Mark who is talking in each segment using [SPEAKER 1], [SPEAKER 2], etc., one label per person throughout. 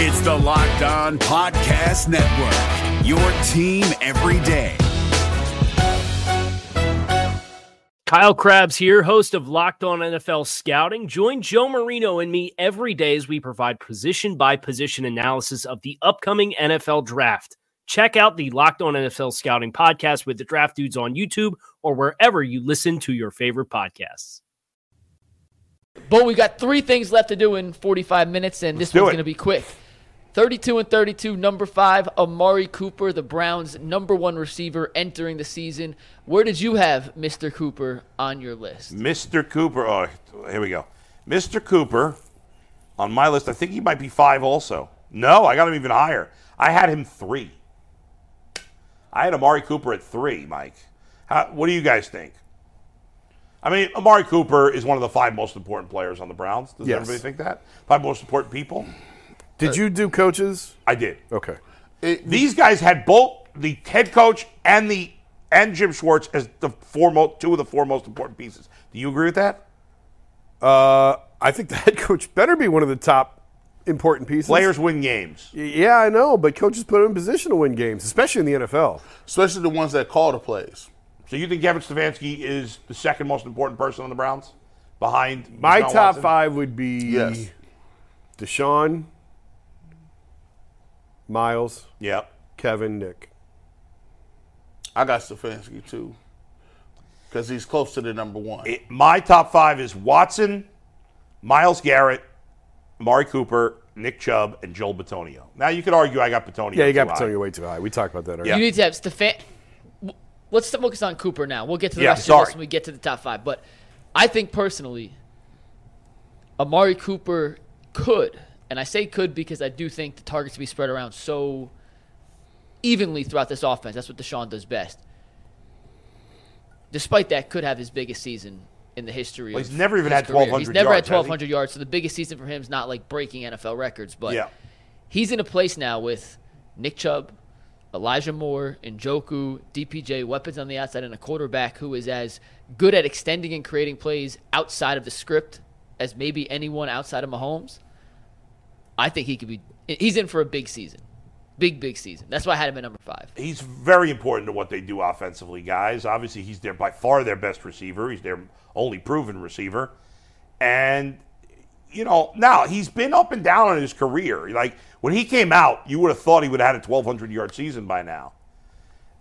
[SPEAKER 1] It's the Locked On Podcast Network, your team every day.
[SPEAKER 2] Kyle Krabs here, host of Locked On NFL Scouting. Join Joe Marino and me every day as we provide position by position analysis of the upcoming NFL draft. Check out the Locked On NFL Scouting podcast with the draft dudes on YouTube or wherever you listen to your favorite podcasts.
[SPEAKER 3] But we got three things left to do in 45 minutes, and this
[SPEAKER 4] Let's do
[SPEAKER 3] one's
[SPEAKER 4] it.
[SPEAKER 3] going to be quick. 32 and 32, number five, Amari Cooper, the Browns' number one receiver entering the season. Where did you have Mr. Cooper on your list?
[SPEAKER 4] Mr. Cooper. Oh, here we go. Mr. Cooper on my list. I think he might be five also. No, I got him even higher. I had him three. I had Amari Cooper at three, Mike. How, what do you guys think? I mean, Amari Cooper is one of the five most important players on the Browns. Does
[SPEAKER 5] Yes.
[SPEAKER 4] everybody think that? Five most important people? Uh,
[SPEAKER 5] Did you do coaches?
[SPEAKER 4] I did.
[SPEAKER 5] Okay.
[SPEAKER 4] These guys had both the head coach and the and Jim Schwartz as the four mo two of the four most important pieces. Do you agree with that?
[SPEAKER 5] Uh, I think the head coach better be one of the top important pieces.
[SPEAKER 4] Players win games.
[SPEAKER 5] Yeah, I know, but coaches put him in position to win games, especially in the NFL.
[SPEAKER 6] especially the ones that call the plays.
[SPEAKER 4] So you think Kevin Stefanski is the second most important person on the Browns, behind
[SPEAKER 5] My
[SPEAKER 4] Deshaun
[SPEAKER 5] top
[SPEAKER 4] Watson?
[SPEAKER 5] five would be
[SPEAKER 6] Yes.
[SPEAKER 5] Deshaun, Miles,
[SPEAKER 4] Yep.
[SPEAKER 5] Kevin, Nick.
[SPEAKER 6] I got Stefanski too, because he's close to the number one.
[SPEAKER 4] It- my top five is Watson, Miles Garrett, Amari Cooper, Nick Chubb, and Joel Batonio. Now you could argue I got Batonio.
[SPEAKER 5] Yeah, you got
[SPEAKER 4] too high.
[SPEAKER 5] Petunia way too high. We talked about that already.
[SPEAKER 3] You need to have Stefan. w- Let's focus on Cooper now. We'll get to the
[SPEAKER 4] Yeah,
[SPEAKER 3] rest of your list
[SPEAKER 4] sorry.
[SPEAKER 3] when we get to the top five. But I think personally, Amari Cooper could, and I say could because I do think the targets will be spread around so evenly throughout this offense. That's what Deshaun does best. Despite that, could have his biggest season in the history.
[SPEAKER 4] Well,
[SPEAKER 3] of
[SPEAKER 4] he's never even
[SPEAKER 3] his
[SPEAKER 4] had
[SPEAKER 3] career.
[SPEAKER 4] 1,200
[SPEAKER 3] He's never
[SPEAKER 4] yards, has
[SPEAKER 3] had
[SPEAKER 4] he?
[SPEAKER 3] 1,200 yards, so the biggest season for him is not like breaking NFL records, but
[SPEAKER 4] Yeah.
[SPEAKER 3] he's in a place now with Nick Chubb, Elijah Moore, Njoku, DPJ, weapons on the outside, and a quarterback who is as good at extending and creating plays outside of the script as maybe anyone outside of Mahomes. I think he could be. He's in for a big season, big big season. That's why I had him at number five.
[SPEAKER 4] he's very important to what they do offensively, guys. Obviously, he's their by far their best receiver. He's their only proven receiver, and you know now he's been up and down in his career. Like when he came out, you would have thought he would have had a 1,200 yard season by now,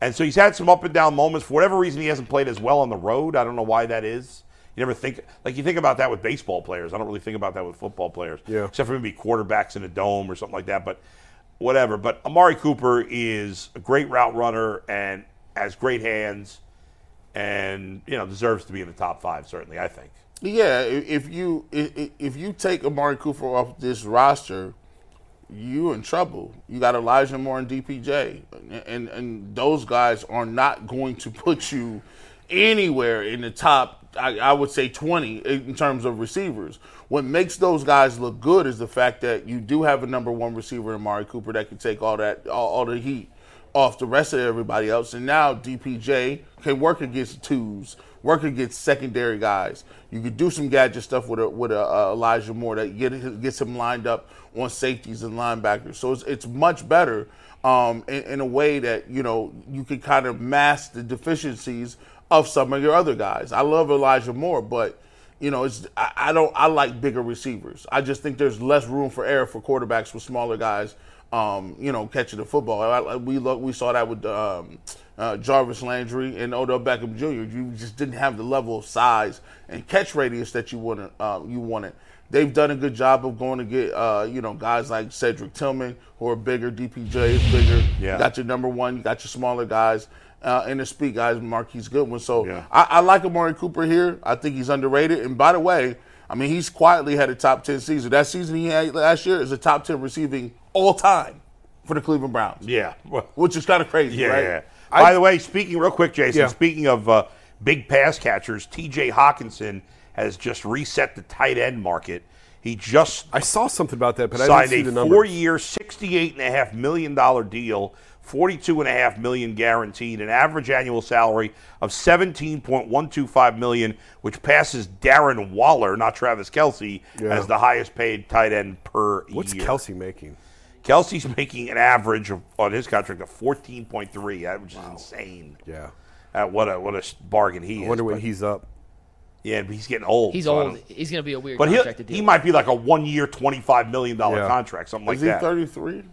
[SPEAKER 4] and so he's had some up and down moments. For whatever reason, he hasn't played as well on the road. I don't know why that is. You never think like you think about that with baseball players. I don't really think about that with football players,
[SPEAKER 5] Yeah.
[SPEAKER 4] except for maybe quarterbacks in a dome or something like that. But whatever. But Amari Cooper is a great route runner and has great hands, and you know deserves to be in the top five. Certainly, I think.
[SPEAKER 6] Yeah, i- if you i- i- if you take Amari Cooper off this roster, you in trouble. You got Elijah Moore and DPJ, and and, and those guys are not going to put you anywhere in the top. I, I would say twenty in terms of receivers. What makes those guys look good is the fact that you do have a number one receiver in Amari Cooper that can take all that all, all the heat off the rest of everybody else. And now DPJ can work against twos, work against secondary guys. You could do some gadget stuff with a, with a, uh, Elijah Moore that get, gets him lined up on safeties and linebackers. So it's, it's much better um, in, in a way that you know you can kind of mask the deficiencies of some of your other guys. I love Elijah Moore, but you know, it's I, I don't I like bigger receivers. I just think there's less room for error for quarterbacks with smaller guys. Um, you know, catching the football. I, I- we look, we saw that with um, uh, Jarvis Landry and Odell Beckham Jr. You just didn't have the level of size and catch radius that you wanted. Uh, you wanted. They've done a good job of going to get uh, you know guys like Cedric Tillman who are bigger. DPJ is bigger.
[SPEAKER 4] Yeah.
[SPEAKER 6] You got your number one. You got your smaller guys. Uh, and the speed guys, Marquise Goodwin. So
[SPEAKER 4] Yeah.
[SPEAKER 6] I, I like Amari Cooper here. I think he's underrated. And by the way, I mean he's quietly had a top ten season. That season he had last year is a top ten receiving all time for the Cleveland Browns.
[SPEAKER 4] Yeah. Well,
[SPEAKER 6] Which is kind of crazy,
[SPEAKER 4] Yeah.
[SPEAKER 6] right?
[SPEAKER 4] yeah. By the way, speaking real quick, Jason.
[SPEAKER 5] Yeah.
[SPEAKER 4] Speaking of uh, big pass catchers, T.J. Hawkinson has just reset the tight end market. He just
[SPEAKER 5] I saw something about that, but I didn't
[SPEAKER 4] signed
[SPEAKER 5] see
[SPEAKER 4] a
[SPEAKER 5] the number.
[SPEAKER 4] four-year, sixty-eight and a half million dollar deal, forty-two and a half million guaranteed, an average annual salary of seventeen point one two five million, which passes Darren Waller, not Travis Kelsey,
[SPEAKER 5] Yeah.
[SPEAKER 4] as the highest-paid tight end per
[SPEAKER 5] What's
[SPEAKER 4] year.
[SPEAKER 5] Kelsey making?
[SPEAKER 4] Kelsey's making an average of, on his contract of 14.3, that which is insane.
[SPEAKER 5] Yeah.
[SPEAKER 4] At what a what a bargain he
[SPEAKER 5] I
[SPEAKER 4] is.
[SPEAKER 5] wonder when
[SPEAKER 4] but-
[SPEAKER 5] he's up.
[SPEAKER 4] yeah, but he's getting old.
[SPEAKER 3] He's
[SPEAKER 4] so I
[SPEAKER 3] old.
[SPEAKER 4] don't-
[SPEAKER 3] He's going to be a weird
[SPEAKER 4] But
[SPEAKER 3] contract
[SPEAKER 4] he
[SPEAKER 3] to deal
[SPEAKER 4] he
[SPEAKER 3] with.
[SPEAKER 4] might be like a one year, twenty five million dollar
[SPEAKER 5] Yeah.
[SPEAKER 4] contract, something like
[SPEAKER 6] Is he
[SPEAKER 4] that.
[SPEAKER 6] 33?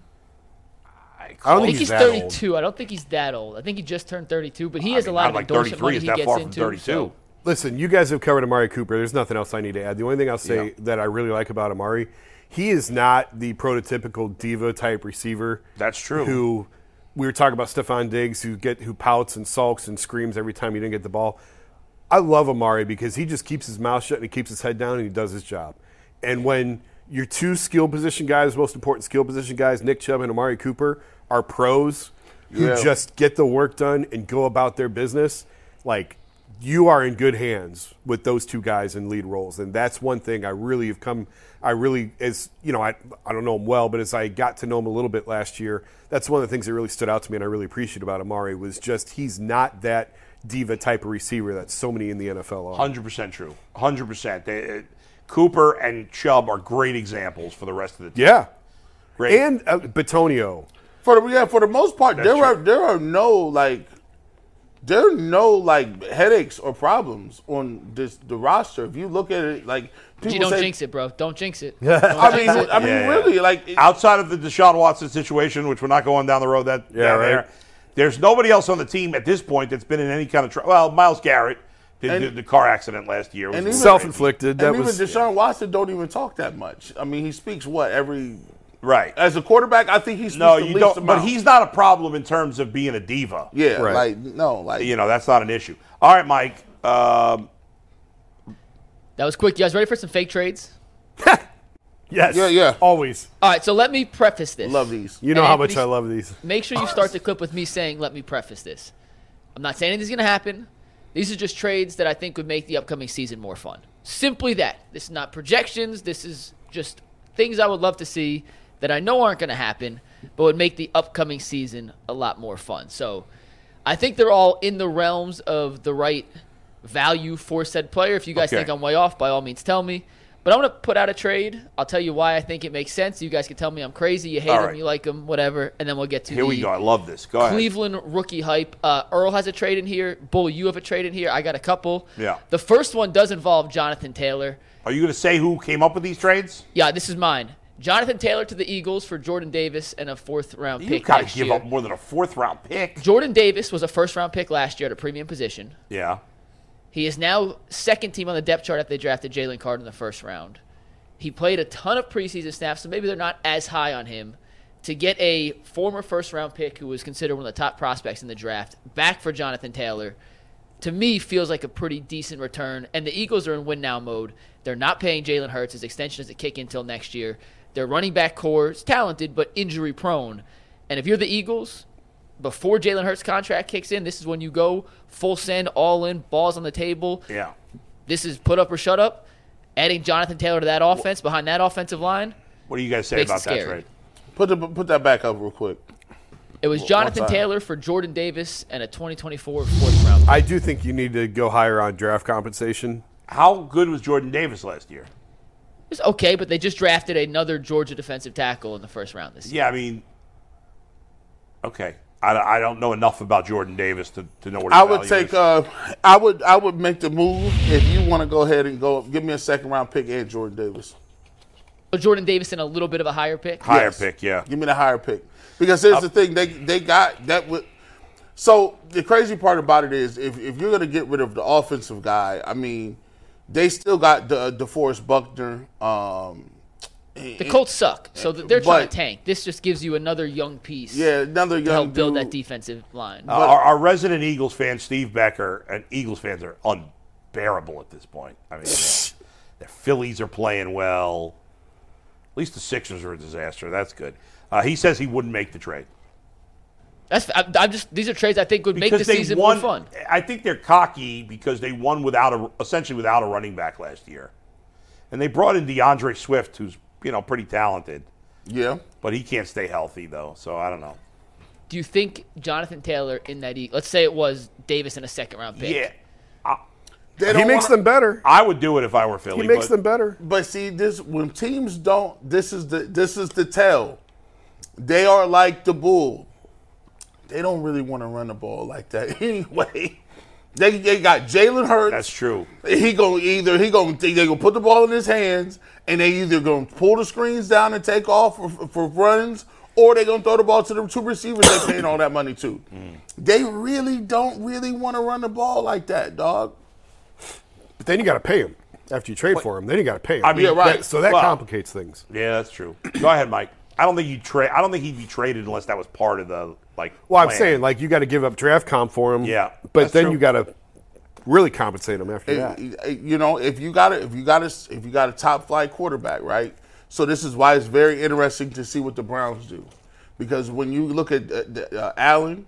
[SPEAKER 5] I don't
[SPEAKER 3] I
[SPEAKER 5] think
[SPEAKER 3] think
[SPEAKER 5] he's,
[SPEAKER 3] he's
[SPEAKER 5] that old.
[SPEAKER 3] 32. I don't think he's that old. I think he just turned 32, but he
[SPEAKER 4] I
[SPEAKER 3] has
[SPEAKER 4] mean,
[SPEAKER 3] a lot
[SPEAKER 4] not
[SPEAKER 3] of
[SPEAKER 4] like
[SPEAKER 3] endorsement
[SPEAKER 4] 33
[SPEAKER 3] money
[SPEAKER 4] is
[SPEAKER 3] he
[SPEAKER 4] that
[SPEAKER 3] gets
[SPEAKER 4] far from
[SPEAKER 3] into.
[SPEAKER 4] 32.
[SPEAKER 3] so-
[SPEAKER 5] Listen, you guys have covered Amari Cooper. There's nothing else I need to add. The only thing I'll say that I really like about Amari, he is not the prototypical diva type receiver.
[SPEAKER 4] That's true.
[SPEAKER 5] Who we were talking about Stephon Diggs, who get who pouts and sulks and screams every time he didn't get the ball. I love Amari because he just keeps his mouth shut and he keeps his head down and he does his job. And when your two skill position guys, most important skill position guys, Nick Chubb and Amari Cooper, are pros who
[SPEAKER 6] Yeah.
[SPEAKER 5] just just get the work done and go about their business, like you are in good hands with those two guys in lead roles. And that's one thing I really have come, I really, as you know, I, I don't know him well, but as I got to know him a little bit last year, that's one of the things that really stood out to me and I really appreciate about Amari was just he's not that diva type of receiver that so many in the NFL are.
[SPEAKER 4] Hundred percent true. Hundred percent. uh, Cooper and Chubb are great examples for the rest of the team.
[SPEAKER 5] Yeah.
[SPEAKER 4] Great.
[SPEAKER 5] And uh, Batonio.
[SPEAKER 6] For the yeah, for the most part, there
[SPEAKER 4] true.
[SPEAKER 6] are there are no like there are no like headaches or problems on this the roster. If you look at it, like
[SPEAKER 3] But
[SPEAKER 6] people
[SPEAKER 3] you don't
[SPEAKER 6] say,
[SPEAKER 3] jinx it, bro. Don't jinx it.
[SPEAKER 6] I mean, I mean,
[SPEAKER 4] Yeah, yeah.
[SPEAKER 6] really, like it-
[SPEAKER 4] outside of the Deshaun Watson situation, which we're not going down the road that
[SPEAKER 5] Yeah,
[SPEAKER 4] down
[SPEAKER 5] right.
[SPEAKER 4] there, there's nobody else on the team at this point that's been in any kind of trouble. Well, Miles Garrett did
[SPEAKER 6] And-
[SPEAKER 4] the, the car accident last year. was
[SPEAKER 6] and
[SPEAKER 4] a little
[SPEAKER 6] even-
[SPEAKER 5] Self inflicted.
[SPEAKER 6] and
[SPEAKER 5] That
[SPEAKER 6] even
[SPEAKER 5] was.
[SPEAKER 6] Deshaun Watson don't even talk that much. I mean, he speaks what every
[SPEAKER 4] crazy. right.
[SPEAKER 6] as a quarterback. I think he's
[SPEAKER 4] no,
[SPEAKER 6] the
[SPEAKER 4] you
[SPEAKER 6] least
[SPEAKER 4] don't.
[SPEAKER 6] amount.
[SPEAKER 4] But he's not a problem in terms of being a diva.
[SPEAKER 6] yeah,
[SPEAKER 5] Right.
[SPEAKER 6] like no, like
[SPEAKER 4] You know, that's not an issue. All right, Mike. Um,
[SPEAKER 3] That was quick. You guys ready for some fake trades?
[SPEAKER 5] yes.
[SPEAKER 6] Yeah, yeah.
[SPEAKER 5] Always.
[SPEAKER 3] All right, so let me preface this.
[SPEAKER 6] love these.
[SPEAKER 5] You know how much
[SPEAKER 3] Anthony-
[SPEAKER 5] I love these.
[SPEAKER 3] Make sure you start the clip with me saying, let me preface this. I'm not saying anything's going to happen. These are just trades that I think would make the upcoming season more fun. Simply that. This is not projections. This is just things I would love to see that I know aren't going to happen, but would make the upcoming season a lot more fun. So I think they're all in the realms of the right value for said player. If you guys
[SPEAKER 4] Okay.
[SPEAKER 3] think I'm way off, by all means tell me. But I'm going to put out a trade. I'll tell you why I think it makes sense. You guys can tell me I'm crazy. You hate
[SPEAKER 4] All
[SPEAKER 3] him,
[SPEAKER 4] right.
[SPEAKER 3] you like him, whatever. And then we'll get to
[SPEAKER 4] here
[SPEAKER 3] the
[SPEAKER 4] we go. I love this. Go ahead.
[SPEAKER 3] Cleveland rookie hype. Uh, Earl has a trade in here. Bull, you have a trade in here. I got a couple.
[SPEAKER 4] Yeah.
[SPEAKER 3] The first one does involve Jonathan Taylor.
[SPEAKER 4] Are you going to say who came up with these trades?
[SPEAKER 3] Yeah, this is mine. Jonathan Taylor to the Eagles for Jordan Davis and a fourth round
[SPEAKER 4] You
[SPEAKER 3] pick.
[SPEAKER 4] got to
[SPEAKER 3] next
[SPEAKER 4] give
[SPEAKER 3] year.
[SPEAKER 4] up more than a fourth round pick.
[SPEAKER 3] Jordan Davis was a first round pick last year at a premium position.
[SPEAKER 4] Yeah.
[SPEAKER 3] He is now second team on the depth chart after they drafted Jalen Card in the first round. He played a ton of preseason snaps, so maybe they're not as high on him. To get a former first round pick who was considered one of the top prospects in the draft back for Jonathan Taylor, to me, feels like a pretty decent return. And the Eagles are in win now mode. They're not paying Jalen Hurts. His extension is a kick until next year. Their running back core is talented, but injury prone. And if you're the Eagles, before Jalen Hurts' contract kicks in, this is when you go full send, all in, balls on the table.
[SPEAKER 4] Yeah.
[SPEAKER 3] This is put up or shut up. Adding Jonathan Taylor to that offense behind that offensive line,
[SPEAKER 4] What do you guys say
[SPEAKER 3] Makes it
[SPEAKER 4] about that
[SPEAKER 3] scary.
[SPEAKER 4] trade?
[SPEAKER 6] put the, put that back up real quick.
[SPEAKER 3] it was Jonathan
[SPEAKER 6] time.
[SPEAKER 3] Taylor for Jordan Davis and a 2024 fourth round.
[SPEAKER 5] I do think you need to go higher on draft compensation.
[SPEAKER 4] How good was Jordan Davis last year?
[SPEAKER 3] It was okay, but they just drafted another Georgia defensive tackle in the first round this year.
[SPEAKER 4] Yeah, I mean, okay. I, I don't know enough about Jordan Davis to, to know what his
[SPEAKER 6] I would
[SPEAKER 4] value
[SPEAKER 6] take.
[SPEAKER 4] is.
[SPEAKER 6] Uh, I would. I would make the move if you want to go ahead and go. Give me a second round pick and Jordan Davis.
[SPEAKER 3] So Jordan Davis and a little bit of a higher pick.
[SPEAKER 4] higher
[SPEAKER 6] yes.
[SPEAKER 4] pick. Yeah, Uh,
[SPEAKER 6] Give me the higher pick because here's the thing. They they got that would. So the crazy part about it is, if, if you're going to get rid of the offensive guy, I mean, they still got the DeForest Buckner. Um,
[SPEAKER 3] The Colts suck, so th- they're trying
[SPEAKER 6] But-
[SPEAKER 3] to tank. This just gives you another young piece
[SPEAKER 6] yeah, another
[SPEAKER 3] to
[SPEAKER 6] young
[SPEAKER 3] help build
[SPEAKER 6] dude.
[SPEAKER 3] that defensive line.
[SPEAKER 4] Uh, our, our resident Eagles fan Steve Becker and Eagles fans are unbearable at this point. I mean, the Phillies are playing well. At least the Sixers are a disaster. That's good. Uh, he says he wouldn't make the trade
[SPEAKER 3] That's I, I'm just these are trades I think would make the season
[SPEAKER 4] won.
[SPEAKER 3] more fun.
[SPEAKER 4] I think they're cocky because they won without a essentially without a running back last year, and they brought in DeAndre Swift, who's you know pretty talented,
[SPEAKER 6] Yeah,
[SPEAKER 4] but he can't stay healthy though. So I don't know.
[SPEAKER 3] Do you think Jonathan Taylor in that E let's say it was Davis in a second round pick?
[SPEAKER 4] Yeah,
[SPEAKER 6] They
[SPEAKER 5] He
[SPEAKER 6] don't
[SPEAKER 5] makes
[SPEAKER 6] wanna-
[SPEAKER 5] them better.
[SPEAKER 4] I would do it if I were Philly.
[SPEAKER 5] He makes
[SPEAKER 4] but
[SPEAKER 5] them better.
[SPEAKER 6] But see, this when teams don't. This is the this is the tell. They are like the bull. They don't really want to run the ball like that anyway. They, they got Jalen Hurts.
[SPEAKER 4] That's true.
[SPEAKER 6] He gonna either he gonna they gonna put the ball in his hands, and they either gonna pull the screens down and take off for, for runs, or they gonna throw the ball to the two receivers they're paying all that money to. They really don't really want to run the ball like that, dog.
[SPEAKER 5] But then you got to pay him after you trade for him. Then you got to pay him.
[SPEAKER 4] I mean,
[SPEAKER 6] Yeah, right.
[SPEAKER 5] That- so that
[SPEAKER 4] well,
[SPEAKER 5] complicates things.
[SPEAKER 4] Yeah, that's true. Go ahead, Mike. I don't think you trade. I don't think he'd be traded unless that was part of the like.
[SPEAKER 5] Well, I'm
[SPEAKER 4] plan.
[SPEAKER 5] saying like you got to give up draft comp for him.
[SPEAKER 4] Yeah,
[SPEAKER 5] but
[SPEAKER 4] that's
[SPEAKER 5] then
[SPEAKER 4] true.
[SPEAKER 5] you got to really compensate him after that.
[SPEAKER 6] It- it- You know, if you got a, if you got a, if you got a top flight quarterback, right? So this is why it's very interesting to see what the Browns do, because when you look at uh, the- uh, Allen,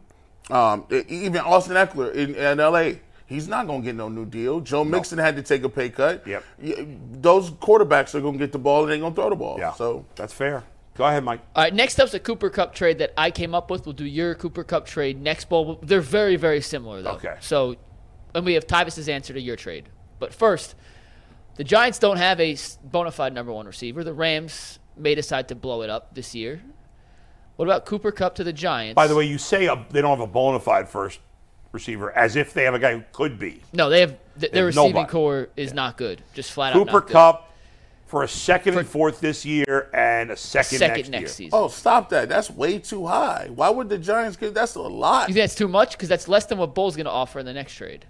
[SPEAKER 6] um, e- even Austin Eckler in, in L.A., he's not going to get no new deal. Joe Mixon had to take a pay cut.
[SPEAKER 4] Yep.
[SPEAKER 6] Y- Those quarterbacks are going to get the ball and they're going to throw the ball.
[SPEAKER 4] yeah,
[SPEAKER 6] So
[SPEAKER 4] that's fair. Go ahead, Mike.
[SPEAKER 3] All right, next up's a Cooper Cup trade that I came up with. We'll do your Cooper Cup trade next bowl. They're very, very similar, though.
[SPEAKER 4] Okay.
[SPEAKER 3] So, and we have Tyvus's answer to your trade. But first, the Giants don't have a s- bona fide number one receiver. The Rams may decide to blow it up this year. What about Cooper Cup to the Giants?
[SPEAKER 4] By the way, you say uh they don't have a bona fide first receiver as if they have a guy who could be
[SPEAKER 3] no, they have th- their
[SPEAKER 4] There's
[SPEAKER 3] receiving
[SPEAKER 4] nobody.
[SPEAKER 3] core is not good. Just flat out.
[SPEAKER 4] Cooper
[SPEAKER 3] not good.
[SPEAKER 4] Cup for a second and fourth this year and a second,
[SPEAKER 3] second
[SPEAKER 4] next,
[SPEAKER 3] next,
[SPEAKER 4] year.
[SPEAKER 3] season.
[SPEAKER 6] oh, stop that. That's way too high. Why would the Giants get? That's a lot.
[SPEAKER 3] You think that's too much? Because that's less than what Bull's going to offer in the next trade.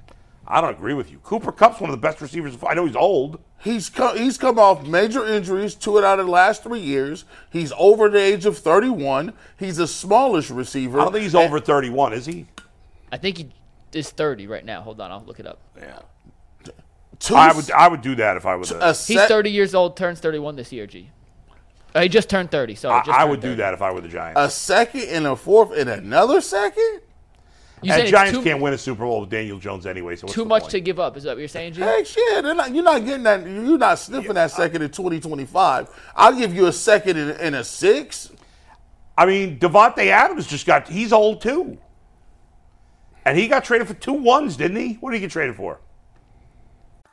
[SPEAKER 4] I don't agree with you. Cooper Cup's one of the best receivers. of- I know he's old.
[SPEAKER 6] He's come, he's come off major injuries, two out of the last three years. He's over the age of 31. He's the smallest receiver.
[SPEAKER 4] I don't think
[SPEAKER 3] Uh,
[SPEAKER 4] he's over 31, is he?
[SPEAKER 3] I think he is 30 right now. Hold on, I'll look it up.
[SPEAKER 6] Two,
[SPEAKER 4] I would I would do that if I was
[SPEAKER 6] a
[SPEAKER 4] a,
[SPEAKER 3] He's
[SPEAKER 6] set,
[SPEAKER 3] 30 years old, turns 31 this year, G. Uh, he just turned 30, so
[SPEAKER 4] I, I would do that if I were the Giants.
[SPEAKER 6] a second and a fourth and another second?
[SPEAKER 3] You said
[SPEAKER 4] and
[SPEAKER 3] it's
[SPEAKER 4] Giants
[SPEAKER 3] too,
[SPEAKER 4] can't win a Super Bowl with Daniel Jones anyway, so what's
[SPEAKER 3] too
[SPEAKER 4] the
[SPEAKER 3] much
[SPEAKER 4] point?
[SPEAKER 3] to give up. Is that what you're saying, G?
[SPEAKER 6] Heck, yeah. They're not, you're not getting that. You're not sniffing that second in 2025. I'll give you a second and, and a six.
[SPEAKER 4] I mean, Devontae Adams just got, he's old too. And he got traded for two ones, didn't he? What did he get traded for?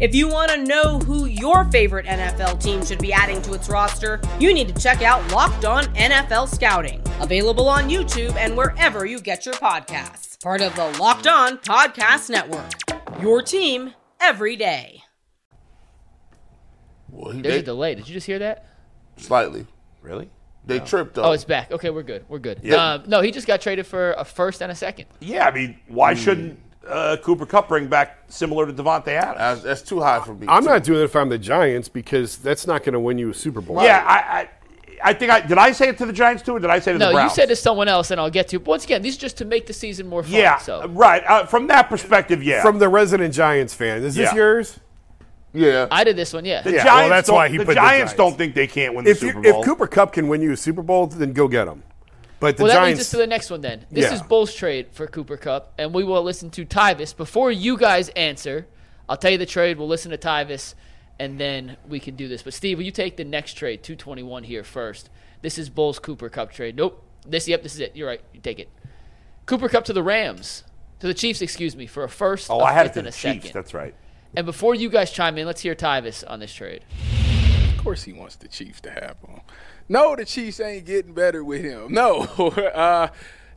[SPEAKER 7] If you want to know who your favorite NFL team should be adding to its roster, you need to check out Locked On NFL Scouting, available on YouTube and wherever you get your podcasts. Part of the Locked On Podcast Network. Your team every day.
[SPEAKER 6] Well, he
[SPEAKER 3] There's a
[SPEAKER 6] did
[SPEAKER 3] delay. Did you just hear that?
[SPEAKER 6] slightly.
[SPEAKER 4] Really?
[SPEAKER 6] They tripped up.
[SPEAKER 3] Oh, it's back. Okay, we're good. We're good. Um, no, he just got traded for a first and a second.
[SPEAKER 4] Yeah, I mean,
[SPEAKER 5] Hmm.
[SPEAKER 4] why shouldn't uh, Cooper Cup bring back similar to Devontae Adams?
[SPEAKER 6] that's, that's too high for me.
[SPEAKER 5] I'm
[SPEAKER 6] too.
[SPEAKER 5] not doing it if I'm the Giants because that's not going to win you a Super Bowl.
[SPEAKER 4] yeah, I, I, I think I did. I say it to the Giants too, or did I say it to
[SPEAKER 3] No,
[SPEAKER 4] the
[SPEAKER 3] you
[SPEAKER 4] Browns?
[SPEAKER 3] said to someone else, and I'll get to. Once again, these are just to make the season more fun.
[SPEAKER 4] Yeah,
[SPEAKER 3] So
[SPEAKER 4] right. Uh, from that perspective, yeah.
[SPEAKER 5] From the resident Giants fan, is this
[SPEAKER 4] Yeah.
[SPEAKER 5] yours?
[SPEAKER 6] Yeah.
[SPEAKER 3] I did this one. Yeah.
[SPEAKER 4] the
[SPEAKER 5] yeah, well,
[SPEAKER 4] Giants
[SPEAKER 5] that's
[SPEAKER 4] don't-
[SPEAKER 5] why he
[SPEAKER 4] the
[SPEAKER 5] put the
[SPEAKER 4] Giants
[SPEAKER 5] Giants.
[SPEAKER 4] don't think they can't win the
[SPEAKER 5] If you,
[SPEAKER 4] Super Bowl.
[SPEAKER 5] if Cooper Cup can win you a Super Bowl, then go get him. But the
[SPEAKER 3] well, that leads us
[SPEAKER 5] Giants,
[SPEAKER 3] to the next one then. This
[SPEAKER 5] Yeah.
[SPEAKER 3] is Bull's trade for Cooper Cup, and we will listen to Tyvis. Before you guys answer, I'll tell you the trade. We'll listen to Tyvis, and then we can do this. But, Steve, will you take the next trade, 221 here first? This is Bull's Cooper Cup trade. Nope. This, yep, this is it. You're right. You take it. Cooper Cup to the Rams, to the Chiefs, excuse me, for a first,
[SPEAKER 4] oh,
[SPEAKER 3] a
[SPEAKER 4] I had it
[SPEAKER 3] fifth,
[SPEAKER 4] to
[SPEAKER 3] and
[SPEAKER 4] the
[SPEAKER 3] a
[SPEAKER 4] Chiefs.
[SPEAKER 3] second.
[SPEAKER 4] That's right.
[SPEAKER 3] And before you guys chime in, let's hear Tyvis on this trade.
[SPEAKER 8] Of course he wants the Chiefs to have him. No, the Chiefs ain't getting better with him. No. uh,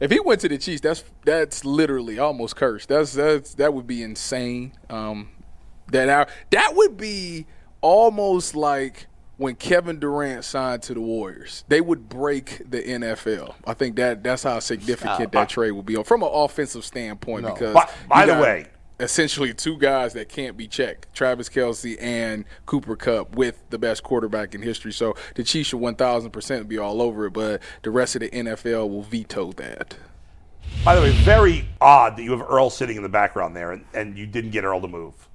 [SPEAKER 8] if he went to the Chiefs, that's that's literally almost cursed. That's that's that would be insane. Um, that our, that would be almost like when Kevin Durant signed to the Warriors. They would break the NFL. I think that that's how significant that trade would be from an offensive standpoint. Because
[SPEAKER 4] Uh, By- by
[SPEAKER 8] you
[SPEAKER 4] the
[SPEAKER 8] got
[SPEAKER 4] way,
[SPEAKER 8] essentially two guys that can't be checked Travis Kelsey and Cooper Cup with the best quarterback in history. So the Chiefs should 1,000% be all over it, but the rest of the NFL will veto that.
[SPEAKER 4] By the way, very odd that you have Earl sitting in the background there, and, and you didn't get Earl to move.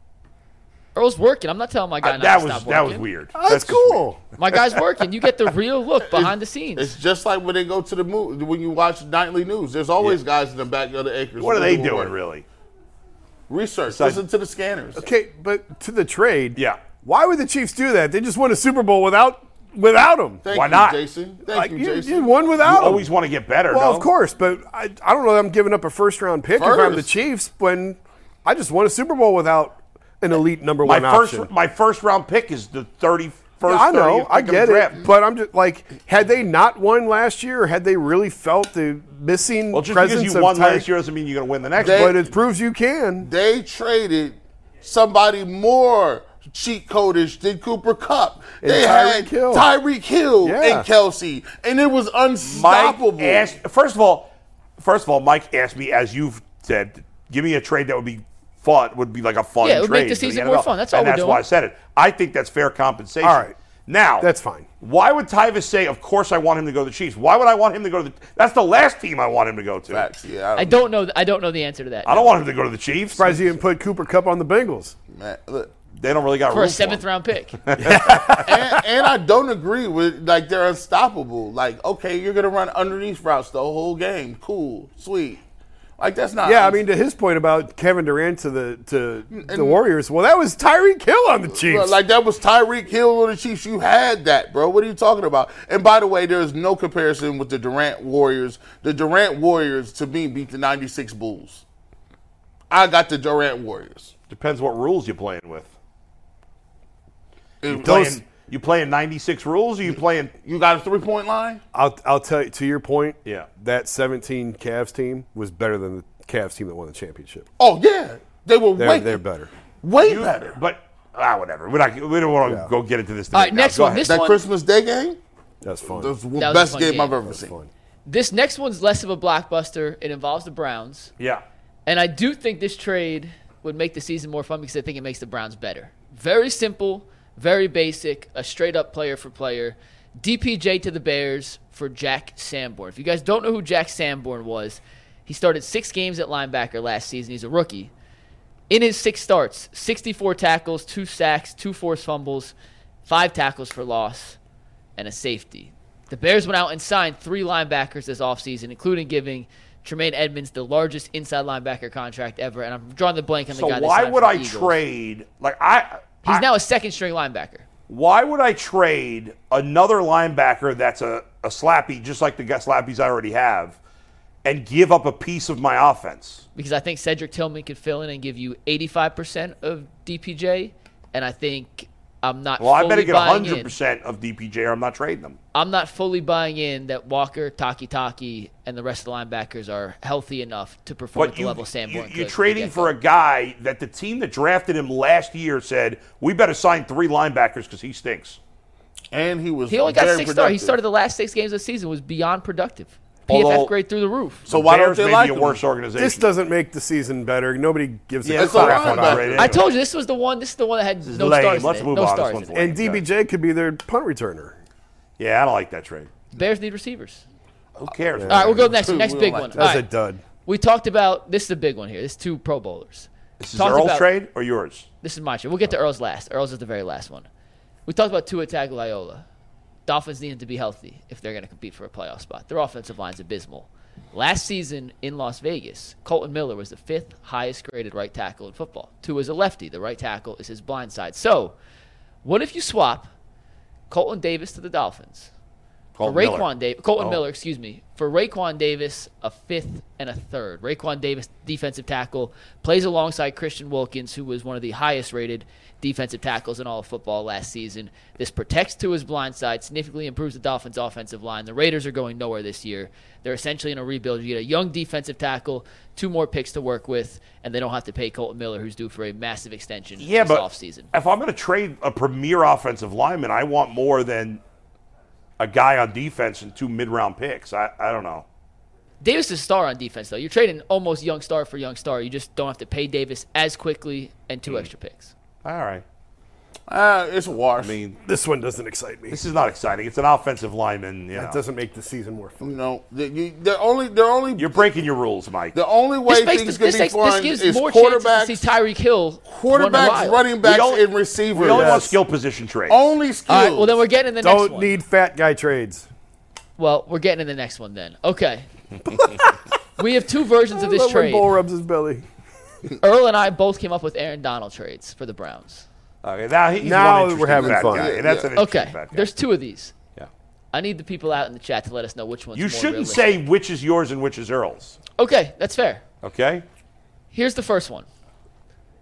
[SPEAKER 3] Earl's working. I'm not telling my guy
[SPEAKER 4] Uh,
[SPEAKER 3] not
[SPEAKER 4] that
[SPEAKER 3] to
[SPEAKER 4] was
[SPEAKER 3] stop
[SPEAKER 4] that was
[SPEAKER 3] working.
[SPEAKER 4] weird.
[SPEAKER 5] Oh, that's,
[SPEAKER 4] just
[SPEAKER 5] cool.
[SPEAKER 3] My guy's working. You get the real look behind the scenes.
[SPEAKER 6] It's just like when they go to the movie, when you watch nightly news. There's always guys in the back of the acres.
[SPEAKER 4] weird. What are they
[SPEAKER 6] work.
[SPEAKER 4] doing, really?
[SPEAKER 6] Research.
[SPEAKER 4] like-
[SPEAKER 6] Listen to the scanners.
[SPEAKER 5] Okay, but to the trade,
[SPEAKER 4] Yeah.
[SPEAKER 5] Why would the Chiefs do that? They just won a Super Bowl without without him.
[SPEAKER 6] Thank
[SPEAKER 4] Why
[SPEAKER 6] you,
[SPEAKER 4] not?
[SPEAKER 6] Jason? Thank
[SPEAKER 5] Like,
[SPEAKER 6] you,
[SPEAKER 5] you,
[SPEAKER 6] Jason.
[SPEAKER 5] you won without
[SPEAKER 4] You
[SPEAKER 5] him.
[SPEAKER 4] always want to get better.
[SPEAKER 5] Well,
[SPEAKER 4] no?
[SPEAKER 5] of course, but I, I don't know that I'm giving up a first round pick if I'm the
[SPEAKER 6] First.
[SPEAKER 5] Chiefs when I just won a Super Bowl without an elite number
[SPEAKER 4] My
[SPEAKER 5] one
[SPEAKER 4] first,
[SPEAKER 5] option.
[SPEAKER 4] my first round pick is the thirty first.
[SPEAKER 5] I know,
[SPEAKER 4] 30th
[SPEAKER 5] I
[SPEAKER 4] pick of
[SPEAKER 5] get
[SPEAKER 4] the draft.
[SPEAKER 5] it, but I'm just like, had they not won last year, or had they really felt the missing
[SPEAKER 4] Well, just
[SPEAKER 5] presence
[SPEAKER 4] because you
[SPEAKER 5] of
[SPEAKER 4] won
[SPEAKER 5] Tyreek-
[SPEAKER 4] last year doesn't mean you're going to win the next.
[SPEAKER 6] They-
[SPEAKER 4] one.
[SPEAKER 5] But it proves you can.
[SPEAKER 6] They traded somebody more cheat codish than Cooper Cup.
[SPEAKER 5] And
[SPEAKER 6] they
[SPEAKER 5] Tyreek
[SPEAKER 6] had
[SPEAKER 5] Hill.
[SPEAKER 6] Tyreek Hill
[SPEAKER 5] Yeah.
[SPEAKER 6] and Kelsey, and it was
[SPEAKER 4] Mike
[SPEAKER 6] unstoppable.
[SPEAKER 4] asked, first of all, first of all, Mike asked me, as you've said, give me a trade that would be fun, would be like a fun
[SPEAKER 3] Yeah, it would
[SPEAKER 4] trade.
[SPEAKER 3] make the
[SPEAKER 4] for
[SPEAKER 3] season more
[SPEAKER 4] NFL.
[SPEAKER 3] fun. That's all
[SPEAKER 4] and
[SPEAKER 3] we're
[SPEAKER 4] that's
[SPEAKER 3] doing.
[SPEAKER 4] why I said it. I think that's fair compensation.
[SPEAKER 5] All right.
[SPEAKER 4] Now
[SPEAKER 5] That's fine.
[SPEAKER 4] Why would Tyvis say, "Of course, I want him to go to the Chiefs"? Why would I want him to go to the? That's the last team I want him to go to.
[SPEAKER 6] Facts, Yeah,
[SPEAKER 3] I don't know. I don't know the answer to that.
[SPEAKER 4] I don't want him to go to the Chiefs.
[SPEAKER 5] Surprised you didn't put Cooper Cup on the Bengals.
[SPEAKER 6] man, look.
[SPEAKER 4] They don't really got
[SPEAKER 3] for
[SPEAKER 4] room
[SPEAKER 3] a seventh
[SPEAKER 4] him.
[SPEAKER 3] round pick.
[SPEAKER 6] and, and I don't agree with like they're unstoppable. Like, okay, you're gonna run underneath routes the whole game. Cool, sweet. Like that's not.
[SPEAKER 5] Yeah, I mean, to his point about Kevin Durant to the to the Warriors, well, that was Tyreek Hill on the
[SPEAKER 6] Bro,
[SPEAKER 5] Chiefs.
[SPEAKER 6] Like that was Tyreek Hill on the Chiefs. You had that, bro. What are you talking about? And by the way, there is no comparison with the Durant Warriors. The Durant Warriors to me beat the '96 Bulls. I got the Durant Warriors.
[SPEAKER 4] Depends what rules you're playing with. You
[SPEAKER 5] Those-
[SPEAKER 4] playing, you playing 96 rules, or you playing?
[SPEAKER 6] You got a three-point line.
[SPEAKER 5] I'll I'll tell you to your point.
[SPEAKER 4] Yeah.
[SPEAKER 5] that 17 Cavs team was better than the Cavs team that won the championship.
[SPEAKER 6] Oh yeah, they were
[SPEAKER 5] They're
[SPEAKER 6] way
[SPEAKER 5] they're better.
[SPEAKER 6] way
[SPEAKER 4] you-
[SPEAKER 6] better.
[SPEAKER 4] But ah, whatever. We're not. We don't want to
[SPEAKER 5] Yeah.
[SPEAKER 4] go get into this. Debate
[SPEAKER 3] All right,
[SPEAKER 4] now.
[SPEAKER 3] next
[SPEAKER 4] Go
[SPEAKER 3] one.
[SPEAKER 4] ahead.
[SPEAKER 3] This
[SPEAKER 6] That
[SPEAKER 3] one.
[SPEAKER 6] Christmas Day game,
[SPEAKER 5] That's fun.
[SPEAKER 6] that's the
[SPEAKER 3] a
[SPEAKER 6] best
[SPEAKER 3] fun
[SPEAKER 6] game,
[SPEAKER 3] game.
[SPEAKER 6] I've ever
[SPEAKER 5] That's
[SPEAKER 6] seen.
[SPEAKER 5] fun.
[SPEAKER 3] This next one's less of a blockbuster. It involves the Browns,
[SPEAKER 4] Yeah.
[SPEAKER 3] and I do think this trade would make the season more fun because I think it makes the Browns better. Very simple, very basic, a straight up player for player. DPJ to the Bears for Jack Sanborn. If you guys don't know who Jack Sanborn was, he started six games at linebacker last season. He's a rookie. In his six starts, 64 tackles, two sacks, two forced fumbles, five tackles for loss, and a safety. The Bears went out and signed three linebackers this offseason, including giving Tremaine Edmonds the largest inside linebacker contract ever. And I'm drawing the blank on the guy.
[SPEAKER 4] So
[SPEAKER 3] they
[SPEAKER 4] why
[SPEAKER 3] signed
[SPEAKER 4] would
[SPEAKER 3] from
[SPEAKER 4] I
[SPEAKER 3] the Eagles.
[SPEAKER 4] trade? Like I.
[SPEAKER 3] He's
[SPEAKER 4] I-
[SPEAKER 3] now a second string linebacker.
[SPEAKER 4] why would I trade another linebacker that's a, a slappy, just like the guy slappies I already have, and give up a piece of my offense?
[SPEAKER 3] because I think Cedric Tillman could fill in and give you 85% of DPJ, and I think I'm not.
[SPEAKER 4] Well, I
[SPEAKER 3] fully
[SPEAKER 4] better get
[SPEAKER 3] buying in-
[SPEAKER 4] 100% of DPJ or I'm not trading them.
[SPEAKER 3] I'm not fully buying in that Walker, Taki Taki, and the rest of the linebackers are healthy enough to perform at
[SPEAKER 4] But
[SPEAKER 3] the
[SPEAKER 4] you,
[SPEAKER 3] level Sanborn.
[SPEAKER 4] you,
[SPEAKER 3] could
[SPEAKER 4] you're
[SPEAKER 3] from the
[SPEAKER 4] trading
[SPEAKER 3] get-go.
[SPEAKER 4] for a guy that the team that drafted him last year said, we better sign three linebackers because he stinks.
[SPEAKER 6] And he was.
[SPEAKER 3] He only got
[SPEAKER 6] very
[SPEAKER 3] six stars. He
[SPEAKER 6] productive.
[SPEAKER 3] started the last six games of the season was beyond productive.
[SPEAKER 4] Although-
[SPEAKER 3] PFF grade through the roof.
[SPEAKER 6] So why
[SPEAKER 4] Bears
[SPEAKER 6] don't
[SPEAKER 4] may
[SPEAKER 6] they like
[SPEAKER 4] be a
[SPEAKER 6] him?
[SPEAKER 4] worse organization.
[SPEAKER 5] This doesn't make the season better. Nobody gives
[SPEAKER 4] Yeah,
[SPEAKER 5] a
[SPEAKER 4] it's a
[SPEAKER 5] crap
[SPEAKER 6] linebacker.
[SPEAKER 5] about it.
[SPEAKER 3] I told you this was the one. This is the one that had
[SPEAKER 4] is
[SPEAKER 3] no
[SPEAKER 4] lame.
[SPEAKER 3] stars. in
[SPEAKER 4] Let's
[SPEAKER 3] it.
[SPEAKER 4] move
[SPEAKER 3] no
[SPEAKER 4] on. This
[SPEAKER 3] Stars.
[SPEAKER 4] one's
[SPEAKER 3] in it.
[SPEAKER 4] lame.
[SPEAKER 5] And DBJ could be their punt returner.
[SPEAKER 4] Yeah, I don't like that trade.
[SPEAKER 3] Bears need receivers.
[SPEAKER 4] Who cares?
[SPEAKER 3] All right, we'll go to the next one.
[SPEAKER 6] Dude,
[SPEAKER 3] Next
[SPEAKER 6] we
[SPEAKER 3] big
[SPEAKER 6] don't like
[SPEAKER 3] one.
[SPEAKER 6] that.
[SPEAKER 3] All
[SPEAKER 5] That's
[SPEAKER 3] right.
[SPEAKER 5] a dud.
[SPEAKER 3] We talked about this is the big one here. This is two Pro Bowlers.
[SPEAKER 4] This is
[SPEAKER 3] Talked
[SPEAKER 4] Earl's
[SPEAKER 3] about-
[SPEAKER 4] trade or yours?
[SPEAKER 3] This is my show. We'll get to Earl's last. Earl's is the very last one. We talked about Tua Tagovailoa. Dolphins need him to be healthy if they're going to compete for a playoff spot. Their offensive line's abysmal. Last season in Las Vegas, Colton Miller was the fifth highest graded right tackle in football. Tua is a lefty. The right tackle is his blind side. So, what if you swap Colton Davis to the Dolphins for
[SPEAKER 4] Colton Miller. Oh.
[SPEAKER 3] Raquan Davis, Colton Miller, excuse me, for Raquan Davis, a fifth and a third. Raquan Davis, defensive tackle, plays alongside Christian Wilkins, who was one of the highest rated defensive tackles in all of football last season. This protects to his blind side, significantly improves the Dolphins' offensive line. The Raiders are going nowhere this year. They're essentially in a rebuild. You get a young defensive tackle, two more picks to work with, and they don't have to pay Colton Miller, who's due for a massive extension
[SPEAKER 4] Yeah,
[SPEAKER 3] this
[SPEAKER 4] but
[SPEAKER 3] offseason.
[SPEAKER 4] if I'm going to trade a premier offensive lineman, I want more than a guy on defense and two mid-round picks. I, I don't know.
[SPEAKER 3] Davis is a star on defense, though. You're trading almost young star for young star. You just don't have to pay Davis as quickly and
[SPEAKER 6] Hmm.
[SPEAKER 3] two extra picks.
[SPEAKER 4] All right.
[SPEAKER 6] Ah, it's a wash.
[SPEAKER 4] I mean,
[SPEAKER 5] This one doesn't excite me.
[SPEAKER 4] this is not exciting. It's an offensive lineman. You know.
[SPEAKER 5] That doesn't make the season more fun.
[SPEAKER 6] you know, they- you- they're only they're only
[SPEAKER 4] You're breaking your rules, Mike.
[SPEAKER 6] The only way
[SPEAKER 3] This, makes, this,
[SPEAKER 6] things could be
[SPEAKER 3] makes, this
[SPEAKER 6] fun
[SPEAKER 3] gives
[SPEAKER 6] is
[SPEAKER 3] more chances to
[SPEAKER 6] quarterbacks,
[SPEAKER 3] see Tyreek Hill. run the
[SPEAKER 6] quarterbacks,
[SPEAKER 3] wild.
[SPEAKER 6] running
[SPEAKER 4] We
[SPEAKER 6] backs,
[SPEAKER 4] don't-
[SPEAKER 6] and receivers.
[SPEAKER 4] We only want
[SPEAKER 5] Yes.
[SPEAKER 4] skill position trades.
[SPEAKER 6] Only skills.
[SPEAKER 3] All right, well, then we're getting in the next
[SPEAKER 5] Don't
[SPEAKER 3] one.
[SPEAKER 5] need fat guy trades.
[SPEAKER 3] well, we're getting in the next one then. Okay. we have two versions of this
[SPEAKER 5] Love when
[SPEAKER 3] trade.
[SPEAKER 5] Bull rubs his belly.
[SPEAKER 3] Earl and I both came up with Aaron Donald trades for the Browns.
[SPEAKER 4] Okay, now he's
[SPEAKER 5] Now
[SPEAKER 4] one interesting
[SPEAKER 5] we're having
[SPEAKER 4] fat
[SPEAKER 5] fun.
[SPEAKER 4] guy,
[SPEAKER 5] Yeah,
[SPEAKER 4] and that's an interesting
[SPEAKER 3] Okay,
[SPEAKER 4] fat guy.
[SPEAKER 3] there's two of these.
[SPEAKER 4] Yeah.
[SPEAKER 3] I need the people out in the chat to let us know which one's
[SPEAKER 4] You
[SPEAKER 3] more
[SPEAKER 4] shouldn't
[SPEAKER 3] realistic.
[SPEAKER 4] say which is yours and which is Earl's.
[SPEAKER 3] Okay, that's fair.
[SPEAKER 4] Okay.
[SPEAKER 3] Here's the first one.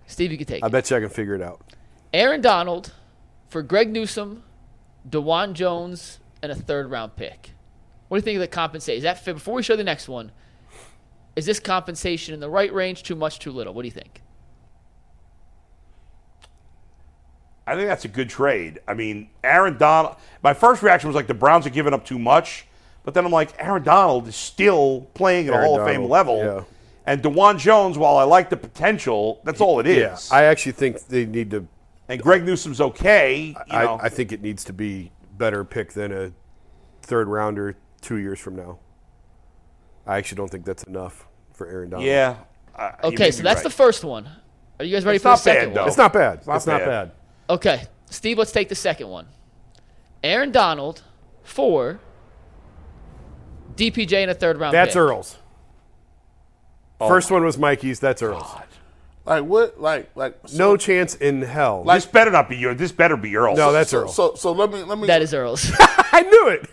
[SPEAKER 3] Steve, you can take
[SPEAKER 5] I
[SPEAKER 3] it.
[SPEAKER 5] bet you I can figure it out.
[SPEAKER 3] Aaron Donald for Greg Newsom, Dewan Jones, and a third round pick. What do you think of the compensation? Is that fair? Before we show the next one, is this compensation in the right range? Too much? Too little? What do you think?
[SPEAKER 4] I think that's a good trade. I mean, Aaron Donald. My first reaction was like the Browns are giving up too much, but then I'm like, Aaron Donald is still playing at a
[SPEAKER 5] Aaron
[SPEAKER 4] Hall of
[SPEAKER 5] Donald,
[SPEAKER 4] Fame level,
[SPEAKER 5] yeah.
[SPEAKER 4] and Dewan Jones. While I like the potential, that's all it
[SPEAKER 5] Yeah,
[SPEAKER 4] is.
[SPEAKER 5] I actually think they need to.
[SPEAKER 4] and Greg Newsom's okay. You know,
[SPEAKER 5] I, I think it needs to be better pick than a third rounder two years from now. I actually don't think that's enough for Aaron Donald.
[SPEAKER 4] yeah. I- you may
[SPEAKER 3] Okay, so
[SPEAKER 4] be
[SPEAKER 3] that's
[SPEAKER 4] right.
[SPEAKER 3] the first one. Are you guys ready
[SPEAKER 4] It's
[SPEAKER 3] for the
[SPEAKER 4] not bad,
[SPEAKER 3] second
[SPEAKER 4] though.
[SPEAKER 5] it's not bad. It's not,
[SPEAKER 4] bad.
[SPEAKER 5] bad.
[SPEAKER 3] one? Okay, Steve, let's take the second one. Aaron Donald for DPJ and a third round
[SPEAKER 5] That's
[SPEAKER 3] pick.
[SPEAKER 5] Earl's. First one was Mikey's. That's Earl's.
[SPEAKER 6] Like what? Like like
[SPEAKER 5] No chance in hell.
[SPEAKER 4] This better not be yours. This better be Earl's.
[SPEAKER 5] no, that's
[SPEAKER 6] so,
[SPEAKER 5] Earl.
[SPEAKER 6] so so let me let me
[SPEAKER 3] That is Earl's.
[SPEAKER 5] I knew it.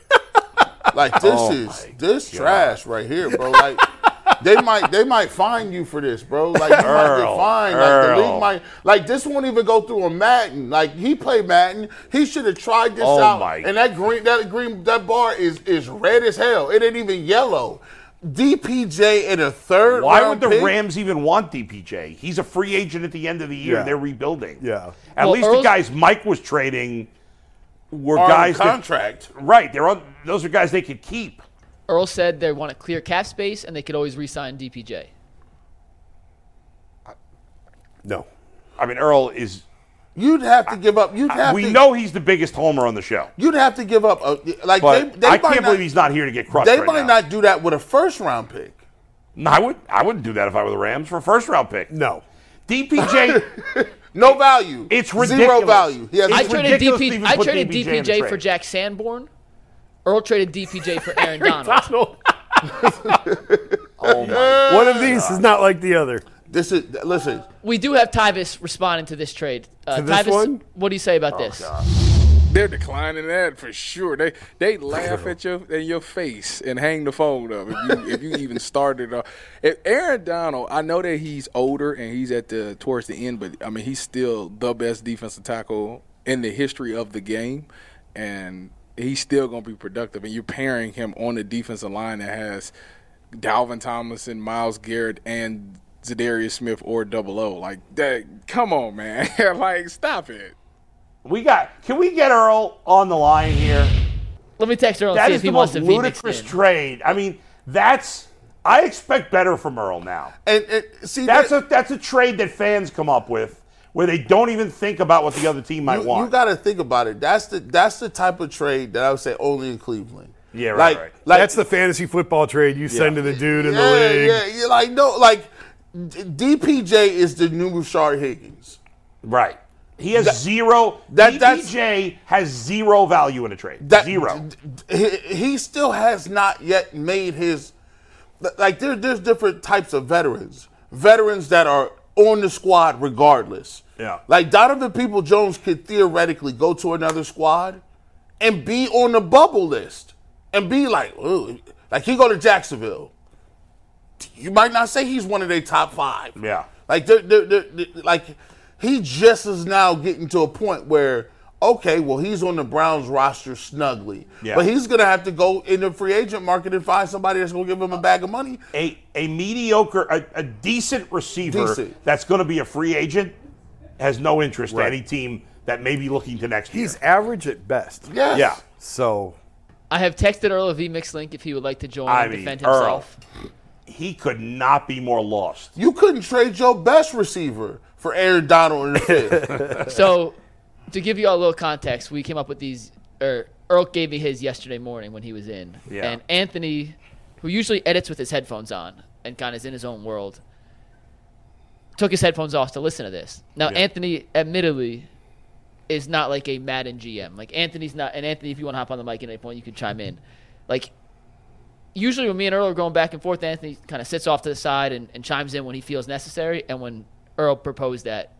[SPEAKER 6] like this
[SPEAKER 4] Oh
[SPEAKER 6] is this trash right here, bro. Like they might they might fine you for this, bro. Like you might
[SPEAKER 4] Earl,
[SPEAKER 6] get fined. Like the
[SPEAKER 4] Earl.
[SPEAKER 6] league might like this won't even go through a Madden. Like he played Madden. He should have tried this
[SPEAKER 4] Oh,
[SPEAKER 6] out.
[SPEAKER 4] my.
[SPEAKER 6] And that green that green that bar is is red as hell. It ain't even yellow. DPJ in a third.
[SPEAKER 4] Why would
[SPEAKER 6] round
[SPEAKER 4] the
[SPEAKER 6] pick?
[SPEAKER 4] Rams even want DPJ? He's a free agent at the end of the year.
[SPEAKER 5] Yeah.
[SPEAKER 4] They're rebuilding.
[SPEAKER 5] Yeah.
[SPEAKER 4] At
[SPEAKER 3] Well,
[SPEAKER 4] least the
[SPEAKER 3] Earl's-
[SPEAKER 4] guys Mike was trading were
[SPEAKER 6] Are on
[SPEAKER 4] guys that-
[SPEAKER 6] contract?
[SPEAKER 4] right. They're on. Those are guys they could keep.
[SPEAKER 3] Earl said they want to clear cap space and they could always re sign DPJ.
[SPEAKER 5] No.
[SPEAKER 4] I mean, Earl is.
[SPEAKER 6] You'd have to give up. You'd have
[SPEAKER 4] We
[SPEAKER 6] to,
[SPEAKER 4] know he's the biggest homer on the show,
[SPEAKER 6] You'd have to give up. A, like
[SPEAKER 4] but
[SPEAKER 6] they, they
[SPEAKER 4] I
[SPEAKER 6] might
[SPEAKER 4] can't
[SPEAKER 6] not-
[SPEAKER 4] believe he's not here to get crushed.
[SPEAKER 6] They
[SPEAKER 4] right
[SPEAKER 6] might
[SPEAKER 4] now.
[SPEAKER 6] not do that with a first round pick.
[SPEAKER 4] No, I would. I wouldn't do that if I were the Rams for a first round pick.
[SPEAKER 5] No.
[SPEAKER 4] DPJ.
[SPEAKER 6] No value.
[SPEAKER 4] it's
[SPEAKER 6] Zero
[SPEAKER 4] ridiculous.
[SPEAKER 6] value. He has
[SPEAKER 4] It's
[SPEAKER 3] I
[SPEAKER 6] no-
[SPEAKER 3] traded
[SPEAKER 4] ridiculous to
[SPEAKER 3] DP,
[SPEAKER 4] even
[SPEAKER 3] I
[SPEAKER 4] put
[SPEAKER 3] traded
[SPEAKER 4] DPJ in a
[SPEAKER 3] DPJ
[SPEAKER 4] trade.
[SPEAKER 3] for Jack Sanborn. Earl traded DPJ for Aaron Donald.
[SPEAKER 4] oh my.
[SPEAKER 5] One of these is not like the other.
[SPEAKER 6] This is listen.
[SPEAKER 3] We do have Tyvis responding to this trade. Uh,
[SPEAKER 5] To this
[SPEAKER 3] Tyvis,
[SPEAKER 5] one?
[SPEAKER 3] what do you say about
[SPEAKER 4] Oh,
[SPEAKER 3] this?
[SPEAKER 8] They're declining that for sure. They they laugh at your at your face and hang the phone up if you, if you even started. Off. If Aaron Donald, I know that he's older and he's at the towards the end, but I mean he's still the best defensive tackle in the history of the game, and he's still going to be productive. And you're pairing him on the defensive line that has Dalvin Thomason, Miles Garrett, and Zadarius Smith or Double O. Like that, come on, man! like stop it.
[SPEAKER 4] We got. Can we get Earl on the line here?
[SPEAKER 3] Let me text Earl and
[SPEAKER 4] That
[SPEAKER 3] see
[SPEAKER 4] is
[SPEAKER 3] if he
[SPEAKER 4] the
[SPEAKER 3] wants
[SPEAKER 4] most
[SPEAKER 3] to be mixed
[SPEAKER 4] ludicrous
[SPEAKER 3] in.
[SPEAKER 4] trade. I mean, that's. I expect better from Earl now.
[SPEAKER 6] And, and see
[SPEAKER 4] That's
[SPEAKER 6] that,
[SPEAKER 4] a that's a trade that fans come up with where they don't even think about what the other team might
[SPEAKER 6] you,
[SPEAKER 4] want.
[SPEAKER 6] you got to think about it. That's the that's the type of trade that I would say only in Cleveland.
[SPEAKER 4] Yeah, right,
[SPEAKER 6] Like
[SPEAKER 4] right.
[SPEAKER 6] like
[SPEAKER 5] That's the fantasy football trade you send to the dude in the
[SPEAKER 6] yeah,
[SPEAKER 5] league.
[SPEAKER 6] yeah. You're like no like D- DPJ is the new Rashard Higgins.
[SPEAKER 4] right. He has zero.
[SPEAKER 6] that- that's-
[SPEAKER 4] DPJ has zero value in a trade.
[SPEAKER 6] That-
[SPEAKER 4] zero.
[SPEAKER 6] He, he still has not yet made his like there, there's different types of veterans. Veterans that are on the squad regardless.
[SPEAKER 4] Yeah.
[SPEAKER 6] Like Donovan People Jones could theoretically go to another squad and be on the bubble list and be like, ooh, like he go to Jacksonville. You might not say he's one of their top five.
[SPEAKER 4] Yeah.
[SPEAKER 6] Like they're, they're, they're, they're- like he just is now getting to a point where okay, well he's on the Browns roster snugly,
[SPEAKER 4] Yeah.
[SPEAKER 6] but he's gonna have to go in the free agent market and find somebody that's gonna give him a bag of money.
[SPEAKER 4] a a mediocre, a, a decent receiver
[SPEAKER 6] Decent.
[SPEAKER 4] that's going to be a free agent has no interest
[SPEAKER 5] Right.
[SPEAKER 4] to any team that may be looking to next
[SPEAKER 5] He's
[SPEAKER 4] year.
[SPEAKER 5] average at best.
[SPEAKER 6] Yes.
[SPEAKER 4] Yeah.
[SPEAKER 5] So
[SPEAKER 3] I have texted Earl a V mix link if he would like to join
[SPEAKER 4] I
[SPEAKER 3] and
[SPEAKER 4] mean,
[SPEAKER 3] defend
[SPEAKER 4] Earl.
[SPEAKER 3] himself.
[SPEAKER 4] He could not be more lost.
[SPEAKER 6] You couldn't trade your best receiver for Aaron Donald in the fifth.
[SPEAKER 3] So, to give you all a little context, we came up with these, or Earl gave me his yesterday morning when he was in.
[SPEAKER 4] Yeah.
[SPEAKER 3] And Anthony, who usually edits with his headphones on and kind of is in his own world, took his headphones off to listen to this. Now, Anthony, admittedly, is not like a Madden GM. Like, Anthony's not, and Anthony, if you want to hop on the mic at any point, you can chime in. Like, usually when me and Earl are going back and forth, Anthony kind of sits off to the side and, and chimes in when he feels necessary. And when Earl proposed that,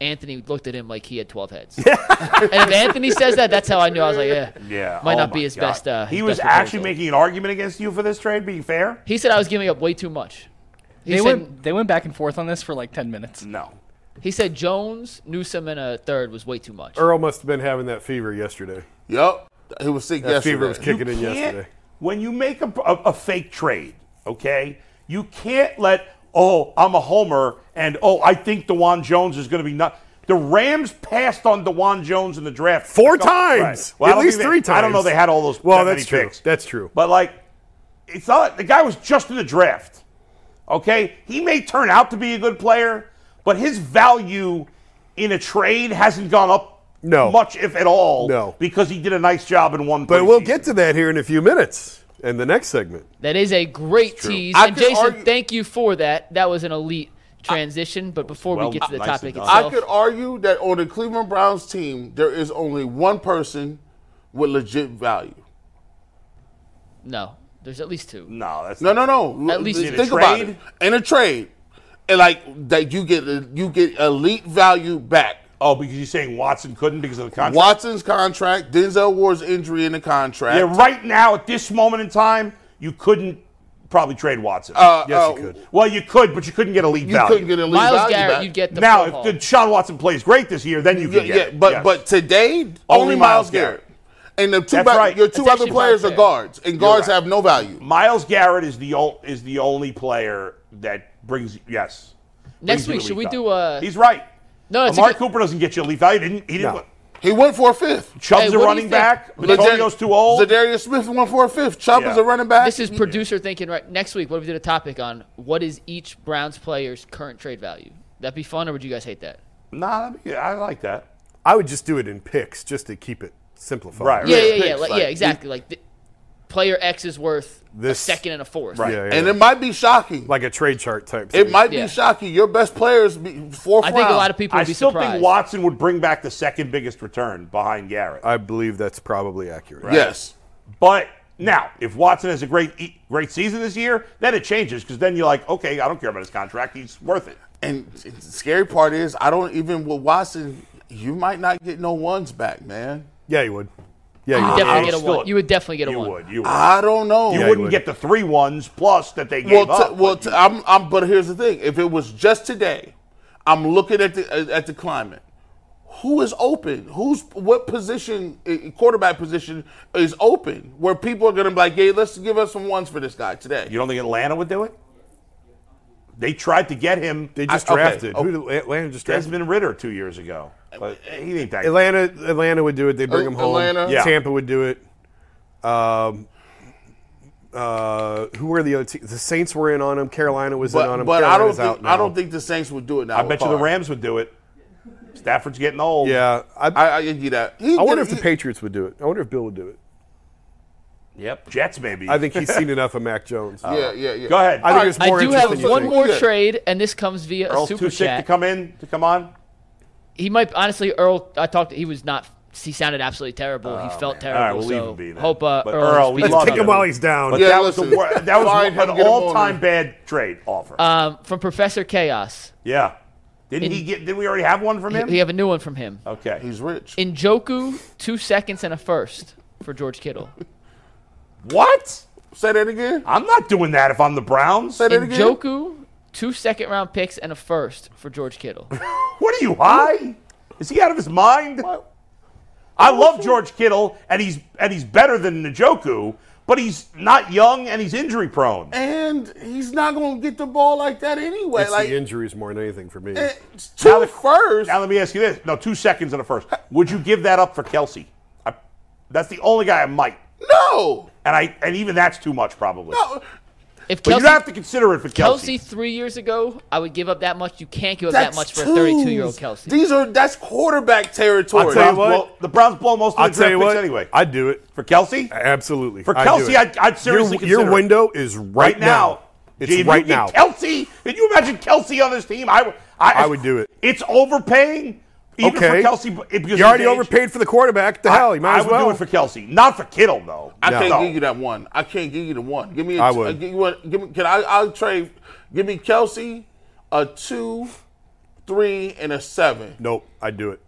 [SPEAKER 3] Anthony looked at him like he had 12 heads. and if Anthony says that, that's how I knew. I was like, yeah,
[SPEAKER 4] Yeah,
[SPEAKER 3] might
[SPEAKER 4] oh
[SPEAKER 3] not be
[SPEAKER 4] my
[SPEAKER 3] his
[SPEAKER 4] God.
[SPEAKER 3] best. Uh, his
[SPEAKER 4] he was
[SPEAKER 3] best
[SPEAKER 4] actually
[SPEAKER 3] proposal.
[SPEAKER 4] making an argument against you for this trade. Being fair,
[SPEAKER 3] He said I was giving up way too much. He
[SPEAKER 9] They
[SPEAKER 3] said
[SPEAKER 9] went they went back and forth on this for like ten minutes.
[SPEAKER 4] no.
[SPEAKER 3] he said Jones, Newsom, and a third was way too much.
[SPEAKER 5] Earl must have been having that fever yesterday.
[SPEAKER 6] Yep. He was sick
[SPEAKER 5] That
[SPEAKER 6] yesterday.
[SPEAKER 5] fever was kicking in
[SPEAKER 4] can't-
[SPEAKER 5] yesterday.
[SPEAKER 4] When you make a, a, a fake trade, okay, you can't let, oh, I'm a homer and, oh, I think Dewan Jones is going to be not. The Rams passed on Dewan Jones in the draft
[SPEAKER 5] Four
[SPEAKER 4] A couple-
[SPEAKER 5] times!
[SPEAKER 4] Well, I
[SPEAKER 5] At
[SPEAKER 4] don't
[SPEAKER 5] least
[SPEAKER 4] think
[SPEAKER 5] three
[SPEAKER 4] they- I don't know
[SPEAKER 5] times.
[SPEAKER 4] they had all those.
[SPEAKER 5] Well,
[SPEAKER 4] that many
[SPEAKER 5] that's true.
[SPEAKER 4] picks.
[SPEAKER 5] That's true.
[SPEAKER 4] But like, it's not the guy was just in the draft. Okay, he may turn out to be a good player, but his value in a trade hasn't gone up
[SPEAKER 5] No.
[SPEAKER 4] much, if at all,
[SPEAKER 5] No.
[SPEAKER 4] because he did a nice job in one.
[SPEAKER 5] But we'll
[SPEAKER 4] preseason.
[SPEAKER 5] get to that here in a few minutes and the next segment.
[SPEAKER 3] That is a great tease.
[SPEAKER 6] I
[SPEAKER 3] and
[SPEAKER 6] could
[SPEAKER 3] Jason,
[SPEAKER 6] argue-
[SPEAKER 3] thank you for that. That was an elite transition. but before
[SPEAKER 4] well-
[SPEAKER 3] we get to the
[SPEAKER 4] nicely
[SPEAKER 3] topic
[SPEAKER 4] done.
[SPEAKER 6] I
[SPEAKER 3] itself,
[SPEAKER 6] could argue that on the Cleveland Browns team, there is only one person with legit value.
[SPEAKER 3] no, there's at least two.
[SPEAKER 4] No, that's
[SPEAKER 6] No, no, no.
[SPEAKER 3] At
[SPEAKER 6] L-
[SPEAKER 3] least
[SPEAKER 6] think
[SPEAKER 3] in a
[SPEAKER 6] about
[SPEAKER 4] trade?
[SPEAKER 6] it. In a trade, and like that, you get you get elite value back.
[SPEAKER 4] Oh, because you're saying Watson couldn't because of the contract.
[SPEAKER 6] Watson's contract, Denzel Ward's injury in the contract.
[SPEAKER 4] Yeah, right now at this moment in time, you couldn't probably trade Watson.
[SPEAKER 6] Uh,
[SPEAKER 5] Yes,
[SPEAKER 6] uh,
[SPEAKER 5] you could.
[SPEAKER 4] well, you could, but you couldn't get a lead
[SPEAKER 6] You
[SPEAKER 4] value.
[SPEAKER 6] couldn't get elite
[SPEAKER 3] Miles
[SPEAKER 6] value
[SPEAKER 3] Garrett,
[SPEAKER 6] back.
[SPEAKER 3] you'd get the
[SPEAKER 4] now,
[SPEAKER 3] Pro
[SPEAKER 4] if
[SPEAKER 3] Bowl.
[SPEAKER 4] the Sean Watson plays great this year, then you
[SPEAKER 6] Yeah,
[SPEAKER 4] can
[SPEAKER 6] yeah,
[SPEAKER 4] get. it.
[SPEAKER 6] but
[SPEAKER 4] Yes.
[SPEAKER 6] but today only, Miles Garrett. and the two
[SPEAKER 4] That's
[SPEAKER 6] back-
[SPEAKER 4] right.
[SPEAKER 6] your two
[SPEAKER 3] That's
[SPEAKER 6] other
[SPEAKER 3] actually
[SPEAKER 6] players are
[SPEAKER 3] fair.
[SPEAKER 6] guards, and guards
[SPEAKER 4] right.
[SPEAKER 6] have no value.
[SPEAKER 4] Miles Garrett is the ol- is the only player that brings yes.
[SPEAKER 3] Next
[SPEAKER 4] Brings you
[SPEAKER 3] week,
[SPEAKER 4] the
[SPEAKER 3] should
[SPEAKER 4] lead
[SPEAKER 3] we
[SPEAKER 4] value.
[SPEAKER 3] do a?
[SPEAKER 4] He's right.
[SPEAKER 3] No, it's a
[SPEAKER 4] Amari
[SPEAKER 3] good-
[SPEAKER 4] Cooper doesn't get you a lead value. He didn't he? Didn't.
[SPEAKER 5] No.
[SPEAKER 6] He went for a fifth.
[SPEAKER 4] Chubb's
[SPEAKER 3] Hey, what do
[SPEAKER 4] a
[SPEAKER 3] you
[SPEAKER 4] running
[SPEAKER 3] think?
[SPEAKER 4] back. Antonio's too old.
[SPEAKER 6] Zadarius Smith went for a fifth. Chubb
[SPEAKER 4] Yeah.
[SPEAKER 6] is a running back.
[SPEAKER 3] This is producer thinking right next week. What if we did a topic on what is each Browns player's current trade value? That'd be fun, or would you guys hate that?
[SPEAKER 4] Nah, that'd be- I like that.
[SPEAKER 5] I would just do it in picks just to keep it simplified.
[SPEAKER 4] Right.
[SPEAKER 3] Yeah, yeah, yeah,
[SPEAKER 6] picks,
[SPEAKER 3] like,
[SPEAKER 6] like,
[SPEAKER 3] yeah, exactly. Like th- player X is worth
[SPEAKER 5] This-
[SPEAKER 3] a second and a fourth.
[SPEAKER 5] Yeah, yeah.
[SPEAKER 6] and it might be shocking.
[SPEAKER 5] like a trade chart type.
[SPEAKER 6] it
[SPEAKER 5] thing.
[SPEAKER 6] might
[SPEAKER 3] Yeah.
[SPEAKER 6] be shocking. Your best players be fourth
[SPEAKER 3] I think a
[SPEAKER 6] round.
[SPEAKER 3] lot of people
[SPEAKER 4] I
[SPEAKER 3] would be
[SPEAKER 4] still
[SPEAKER 3] surprised.
[SPEAKER 4] think Watson would bring back the second biggest return behind Garrett. Uh,
[SPEAKER 5] I believe that's probably accurate.
[SPEAKER 6] Yes.
[SPEAKER 4] But now, if Watson has a great e- great season this year, then it changes because then you're like, okay, I don't care about his contract; he's worth it.
[SPEAKER 6] And the scary part is, I don't even with Watson. You might not get no ones back, man.
[SPEAKER 5] Yeah, you would. Yeah,
[SPEAKER 3] you
[SPEAKER 5] you would.
[SPEAKER 3] would definitely
[SPEAKER 4] I
[SPEAKER 3] get a
[SPEAKER 4] still-
[SPEAKER 3] one. You would definitely get a
[SPEAKER 4] you
[SPEAKER 3] one.
[SPEAKER 4] would, you would.
[SPEAKER 6] I don't know.
[SPEAKER 4] you
[SPEAKER 5] you
[SPEAKER 4] wouldn't
[SPEAKER 5] Ah. would.
[SPEAKER 4] get the three ones plus that they
[SPEAKER 6] Well,
[SPEAKER 4] gave
[SPEAKER 6] t-
[SPEAKER 4] up.
[SPEAKER 6] well,
[SPEAKER 4] but
[SPEAKER 6] t-
[SPEAKER 4] you-
[SPEAKER 6] I'm, I'm. But here's the thing: if it was just today, I'm looking at the at the climate. Who is open? Who's what position? eh, Quarterback position is open, where people are going to be like, "Hey, let's give us some ones for this guy today."
[SPEAKER 4] you don't think Atlanta would do it? They tried to get him
[SPEAKER 5] They just
[SPEAKER 6] I- okay.
[SPEAKER 5] drafted.
[SPEAKER 6] Oh.
[SPEAKER 5] Who did Atlanta just drafted?
[SPEAKER 4] Desmond Ritter two years ago. But he ain't that.
[SPEAKER 5] Atlanta, Atlanta would do it. They bring
[SPEAKER 6] Uh,
[SPEAKER 5] him home.
[SPEAKER 6] Atlanta.
[SPEAKER 4] Yeah.
[SPEAKER 5] Tampa would do it. Um, uh, who were the other te- The Saints were in on him. Carolina was in on
[SPEAKER 6] but
[SPEAKER 5] him.
[SPEAKER 6] but I don't
[SPEAKER 5] Carolina's out
[SPEAKER 6] think
[SPEAKER 5] now.
[SPEAKER 6] I don't think the Saints would do it now.
[SPEAKER 4] I
[SPEAKER 6] with
[SPEAKER 4] bet you the
[SPEAKER 6] Carr.
[SPEAKER 4] Rams would do it. Stafford's getting old.
[SPEAKER 5] Yeah, I, I,
[SPEAKER 6] I, I give you that. He
[SPEAKER 5] wonder
[SPEAKER 6] did-
[SPEAKER 5] if the
[SPEAKER 6] he-
[SPEAKER 5] Patriots would do it. I wonder if Bill would do it.
[SPEAKER 4] Yep. Jets maybe.
[SPEAKER 5] I think he's seen enough of Mac Jones.
[SPEAKER 6] Yeah, yeah, yeah.
[SPEAKER 4] Go ahead.
[SPEAKER 5] I think it's
[SPEAKER 3] I
[SPEAKER 5] more
[SPEAKER 3] do
[SPEAKER 5] interesting.
[SPEAKER 3] have
[SPEAKER 5] you
[SPEAKER 3] one
[SPEAKER 5] think.
[SPEAKER 3] more
[SPEAKER 6] Yeah.
[SPEAKER 3] trade, and this comes via
[SPEAKER 4] Earl's
[SPEAKER 3] a super
[SPEAKER 4] too sick to
[SPEAKER 3] chat.
[SPEAKER 4] come in to come on.
[SPEAKER 3] He might honestly, Earl. I talked. He was not. He sounded absolutely terrible. he felt terrible.
[SPEAKER 4] Oh, All right, we'll
[SPEAKER 3] so
[SPEAKER 4] leave him be. Then.
[SPEAKER 3] Hope uh,
[SPEAKER 4] But
[SPEAKER 3] Earl.
[SPEAKER 4] we
[SPEAKER 3] speaks
[SPEAKER 4] love
[SPEAKER 3] to
[SPEAKER 5] Take him
[SPEAKER 4] you.
[SPEAKER 5] while he's down.
[SPEAKER 4] But
[SPEAKER 6] Yeah,
[SPEAKER 4] that was
[SPEAKER 6] listen.
[SPEAKER 4] the wor- that was
[SPEAKER 6] Fine,
[SPEAKER 4] an
[SPEAKER 6] get him on
[SPEAKER 4] all-time bad trade offer.
[SPEAKER 3] Um, from Professor Chaos.
[SPEAKER 4] yeah. Didn't
[SPEAKER 3] in-
[SPEAKER 4] he get? Did we already have one from him? Oh.
[SPEAKER 3] We have a new one from him.
[SPEAKER 4] okay.
[SPEAKER 6] He's rich.
[SPEAKER 3] In Joku, two seconds and a first for George Kittle.
[SPEAKER 4] What?
[SPEAKER 6] Say that again.
[SPEAKER 4] I'm not doing that if I'm the Browns.
[SPEAKER 6] Say that
[SPEAKER 3] In
[SPEAKER 6] again.
[SPEAKER 3] Joku, two second round picks and a first for George Kittle.
[SPEAKER 4] What are you high? Is he out of his mind? I love George Kittle, and he's and he's better than Njoku, but he's not young and he's injury prone.
[SPEAKER 6] And he's not going to get the ball like that anyway.
[SPEAKER 5] It's
[SPEAKER 6] like
[SPEAKER 5] the injuries more than anything for me.
[SPEAKER 4] Eh.
[SPEAKER 6] it's two
[SPEAKER 4] Now the-
[SPEAKER 6] first.
[SPEAKER 4] Now let me ask you this: No, two seconds and a first. Would you give that up for Kelsey? I, that's the only guy I might,
[SPEAKER 6] no,
[SPEAKER 4] and I and even that's too much probably.
[SPEAKER 6] no.
[SPEAKER 3] If
[SPEAKER 4] but
[SPEAKER 3] Kelsey,
[SPEAKER 4] you have to consider it for
[SPEAKER 3] Kelsey
[SPEAKER 4] Kelsey.
[SPEAKER 3] three years ago, I would give up that much. You can't give up
[SPEAKER 6] That's
[SPEAKER 3] that much for a
[SPEAKER 6] twos.
[SPEAKER 3] 32 year old Kelsey.
[SPEAKER 6] These are that's quarterback territory.
[SPEAKER 5] I'll tell you
[SPEAKER 4] Browns
[SPEAKER 5] what.
[SPEAKER 4] blow- the Browns blow most of
[SPEAKER 5] I'll
[SPEAKER 4] the
[SPEAKER 5] tell
[SPEAKER 4] draft
[SPEAKER 5] you
[SPEAKER 4] picks
[SPEAKER 5] what.
[SPEAKER 4] anyway.
[SPEAKER 5] I'd do it.
[SPEAKER 4] for Kelsey,
[SPEAKER 5] Absolutely.
[SPEAKER 4] For
[SPEAKER 5] I'd do
[SPEAKER 4] Kelsey,
[SPEAKER 5] it.
[SPEAKER 4] I'd- I'd seriously
[SPEAKER 5] your, your
[SPEAKER 4] consider it.
[SPEAKER 5] window is right, now. It's
[SPEAKER 4] Gee, if you
[SPEAKER 5] right
[SPEAKER 4] get
[SPEAKER 5] now.
[SPEAKER 4] Kelsey, can you imagine Kelsey on this team? I, would- I,
[SPEAKER 5] I would do it.
[SPEAKER 4] It's overpaying. Even
[SPEAKER 5] okay.
[SPEAKER 4] for Kelsey, b- because
[SPEAKER 5] you already
[SPEAKER 4] of his age,
[SPEAKER 5] overpaid for the quarterback. The hell, you might
[SPEAKER 4] I
[SPEAKER 5] as
[SPEAKER 4] would
[SPEAKER 5] well.
[SPEAKER 4] do it for Kelsey, not for Kittle though.
[SPEAKER 6] I can't
[SPEAKER 4] No.
[SPEAKER 6] give you that one. I can't give you the one. Give me. A
[SPEAKER 5] I
[SPEAKER 6] t-
[SPEAKER 5] would.
[SPEAKER 6] uh, give you what? Give me. Can I? I'll trade. Give me Kelsey, a two, three, and a seven.
[SPEAKER 5] nope, I'd do it.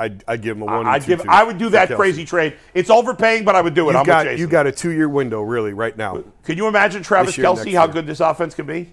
[SPEAKER 5] I'd, I'd give him a one. and
[SPEAKER 4] I'd
[SPEAKER 5] two
[SPEAKER 4] give.
[SPEAKER 5] twos
[SPEAKER 4] I would do
[SPEAKER 5] for
[SPEAKER 4] that
[SPEAKER 5] Kelsey.
[SPEAKER 4] crazy trade. It's overpaying, but I would do it.
[SPEAKER 5] You've
[SPEAKER 4] I'm
[SPEAKER 5] got,
[SPEAKER 4] with Jason.
[SPEAKER 5] you got a two year window, really, right now.
[SPEAKER 4] Can you imagine Travis
[SPEAKER 5] This year,
[SPEAKER 4] Kelsey?
[SPEAKER 5] next
[SPEAKER 4] How
[SPEAKER 5] year.
[SPEAKER 4] good this offense could be?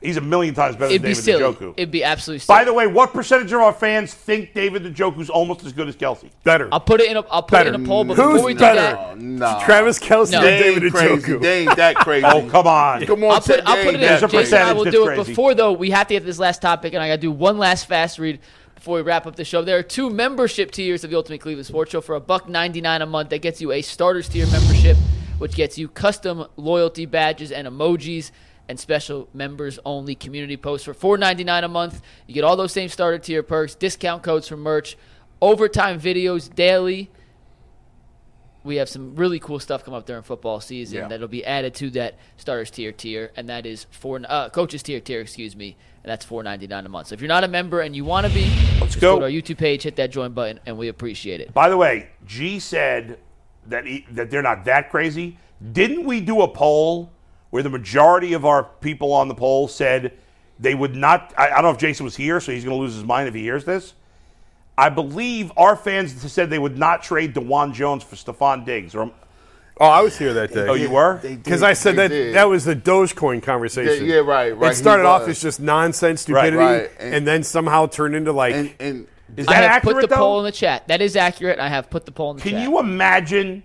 [SPEAKER 4] He's a million times better
[SPEAKER 3] It'd
[SPEAKER 4] than
[SPEAKER 3] be
[SPEAKER 4] David
[SPEAKER 3] silly.
[SPEAKER 4] Njoku.
[SPEAKER 3] It'd be absolutely silly.
[SPEAKER 4] By the way, what percentage of our fans think David Njoku's almost as good as Kelsey?
[SPEAKER 5] Better.
[SPEAKER 3] I'll put it in a I'll put it in a poll. But
[SPEAKER 5] Who's
[SPEAKER 3] before we
[SPEAKER 5] better?
[SPEAKER 3] do that,
[SPEAKER 6] No,
[SPEAKER 5] Travis Kelsey
[SPEAKER 3] No.
[SPEAKER 5] and
[SPEAKER 6] They ain't
[SPEAKER 5] David
[SPEAKER 6] crazy.
[SPEAKER 5] Njoku.
[SPEAKER 6] They ain't that crazy.
[SPEAKER 4] Oh, come on.
[SPEAKER 6] Come on,
[SPEAKER 3] I'll put,
[SPEAKER 6] Ted,
[SPEAKER 3] I'll
[SPEAKER 6] they
[SPEAKER 3] put
[SPEAKER 6] ain't
[SPEAKER 3] it
[SPEAKER 6] that
[SPEAKER 3] in.
[SPEAKER 4] There's a
[SPEAKER 6] crazy.
[SPEAKER 3] Jason and I
[SPEAKER 4] percentage
[SPEAKER 3] will
[SPEAKER 4] that's
[SPEAKER 3] do it.
[SPEAKER 4] crazy.
[SPEAKER 3] Before though, we have to get to this last topic, and I got to do one last fast read before we wrap up the show. There are two membership tiers of the Ultimate Cleveland Sports Show for a buck ninety nine a month. That gets you a starters tier membership, which gets you custom loyalty badges and emojis. And special members only community posts for four ninety nine a month. You get all those same starter tier perks, discount codes for merch, overtime videos daily, we have some really cool stuff come up during football season that'll be added to that starters tier tier, and that is four uh, coaches tier tier, excuse me, and that's four ninety nine a month. So if you're not a member and you want to be, let's
[SPEAKER 4] go.
[SPEAKER 3] to our YouTube page, hit that join button, and we appreciate it.
[SPEAKER 4] By the way, G said that he, that they're not that crazy. Didn't we do a poll where the majority of our people on the poll said they would not? I, I don't know if Jason was here, so he's going to lose his mind if he hears this. I believe our fans said they would not trade Dewan Jones for Stephon Diggs. Or
[SPEAKER 5] Oh, I was here that day.
[SPEAKER 4] oh, you were?
[SPEAKER 6] They did.
[SPEAKER 5] Because I said that
[SPEAKER 6] They did.
[SPEAKER 5] that was the Dogecoin conversation.
[SPEAKER 6] Yeah, yeah, right, right,
[SPEAKER 5] It
[SPEAKER 6] he
[SPEAKER 5] started off
[SPEAKER 6] was.
[SPEAKER 5] as just nonsense stupidity,
[SPEAKER 6] Right,
[SPEAKER 5] and,
[SPEAKER 6] and-
[SPEAKER 5] then somehow turned into like
[SPEAKER 6] And, and
[SPEAKER 4] Is
[SPEAKER 3] I
[SPEAKER 4] that
[SPEAKER 3] have
[SPEAKER 4] accurate
[SPEAKER 3] put the
[SPEAKER 4] though?
[SPEAKER 3] poll in the chat. That is accurate. I have put the poll in the
[SPEAKER 4] Can
[SPEAKER 3] chat.
[SPEAKER 4] you imagine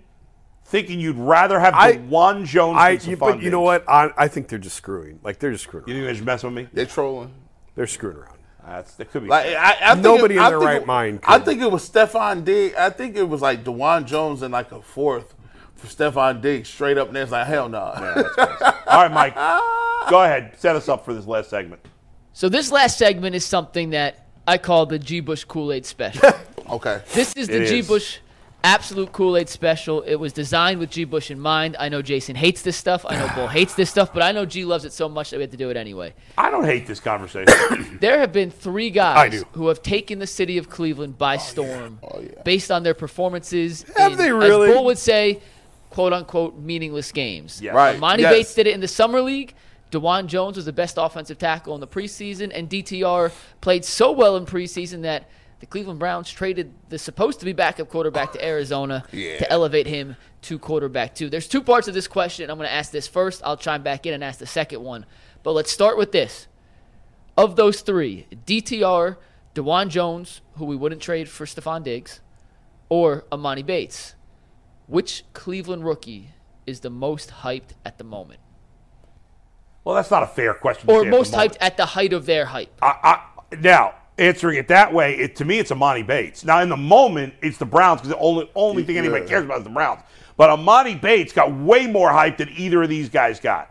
[SPEAKER 4] thinking you'd rather have
[SPEAKER 5] I-
[SPEAKER 4] Dewan Jones
[SPEAKER 5] I.
[SPEAKER 4] than
[SPEAKER 5] You,
[SPEAKER 4] Stephon
[SPEAKER 5] but you know
[SPEAKER 4] Diggs?
[SPEAKER 5] what? I, I think they're just screwing. Like they're just screwing.
[SPEAKER 4] You
[SPEAKER 5] Around.
[SPEAKER 4] think they're just messing with me?
[SPEAKER 6] they're trolling.
[SPEAKER 5] They're screwing around.
[SPEAKER 4] That's, that could be.
[SPEAKER 6] Like I, I think
[SPEAKER 5] Nobody
[SPEAKER 6] it-
[SPEAKER 5] in
[SPEAKER 6] I
[SPEAKER 5] their
[SPEAKER 6] think
[SPEAKER 5] right
[SPEAKER 6] it-
[SPEAKER 5] mind
[SPEAKER 6] I
[SPEAKER 5] could.
[SPEAKER 6] think it was Stefan Diggs. I think it was like Dewan Jones and like a fourth for Stefan Diggs straight up. And it's like hell no.
[SPEAKER 4] All right, Mike. Go ahead. Set us up for this last segment.
[SPEAKER 3] so this last segment is something that I call the G Bush Kool Aid special.
[SPEAKER 6] okay.
[SPEAKER 3] This is the
[SPEAKER 4] It
[SPEAKER 3] G
[SPEAKER 4] is.
[SPEAKER 3] Bush Absolute Kool Aid Special. It was designed with G Bush in mind. I know Jason hates this stuff. I know Bull hates this stuff, but I know G loves it so much that we have to do it anyway.
[SPEAKER 4] I don't hate this conversation.
[SPEAKER 3] There have been three guys who have taken the city of Cleveland
[SPEAKER 5] Oh,
[SPEAKER 3] by storm based on their performances.
[SPEAKER 5] Have
[SPEAKER 3] in,
[SPEAKER 5] they really?
[SPEAKER 3] As Bull would say, "quote unquote" meaningless games.
[SPEAKER 4] Yes.
[SPEAKER 6] Right.
[SPEAKER 3] Monty
[SPEAKER 6] Yes.
[SPEAKER 3] Bates did it in the summer league. Dewan Jones was the best offensive tackle in the preseason, and DTR played so well in preseason that the Cleveland Browns traded the supposed to be backup quarterback to Arizona to elevate him to quarterback two. There's two parts of this question. I'm going to ask this first. I'll chime back in and ask the second one. But let's start with this of those three, DTR, Dewan Jones, who we wouldn't trade for Stephon Diggs, or Amani Bates, which Cleveland rookie is the most hyped at the moment?
[SPEAKER 4] well, that's not a fair question. to
[SPEAKER 3] Or
[SPEAKER 4] say at the
[SPEAKER 3] most
[SPEAKER 4] moment.
[SPEAKER 3] hyped at the height of their hype?
[SPEAKER 4] I, I, now, answering it that way, it, to me, it's Amani Bates. Now, in the moment, it's the Browns because the only, only thing anybody cares about is the Browns. But Amani Bates got way more hype than either of these guys got.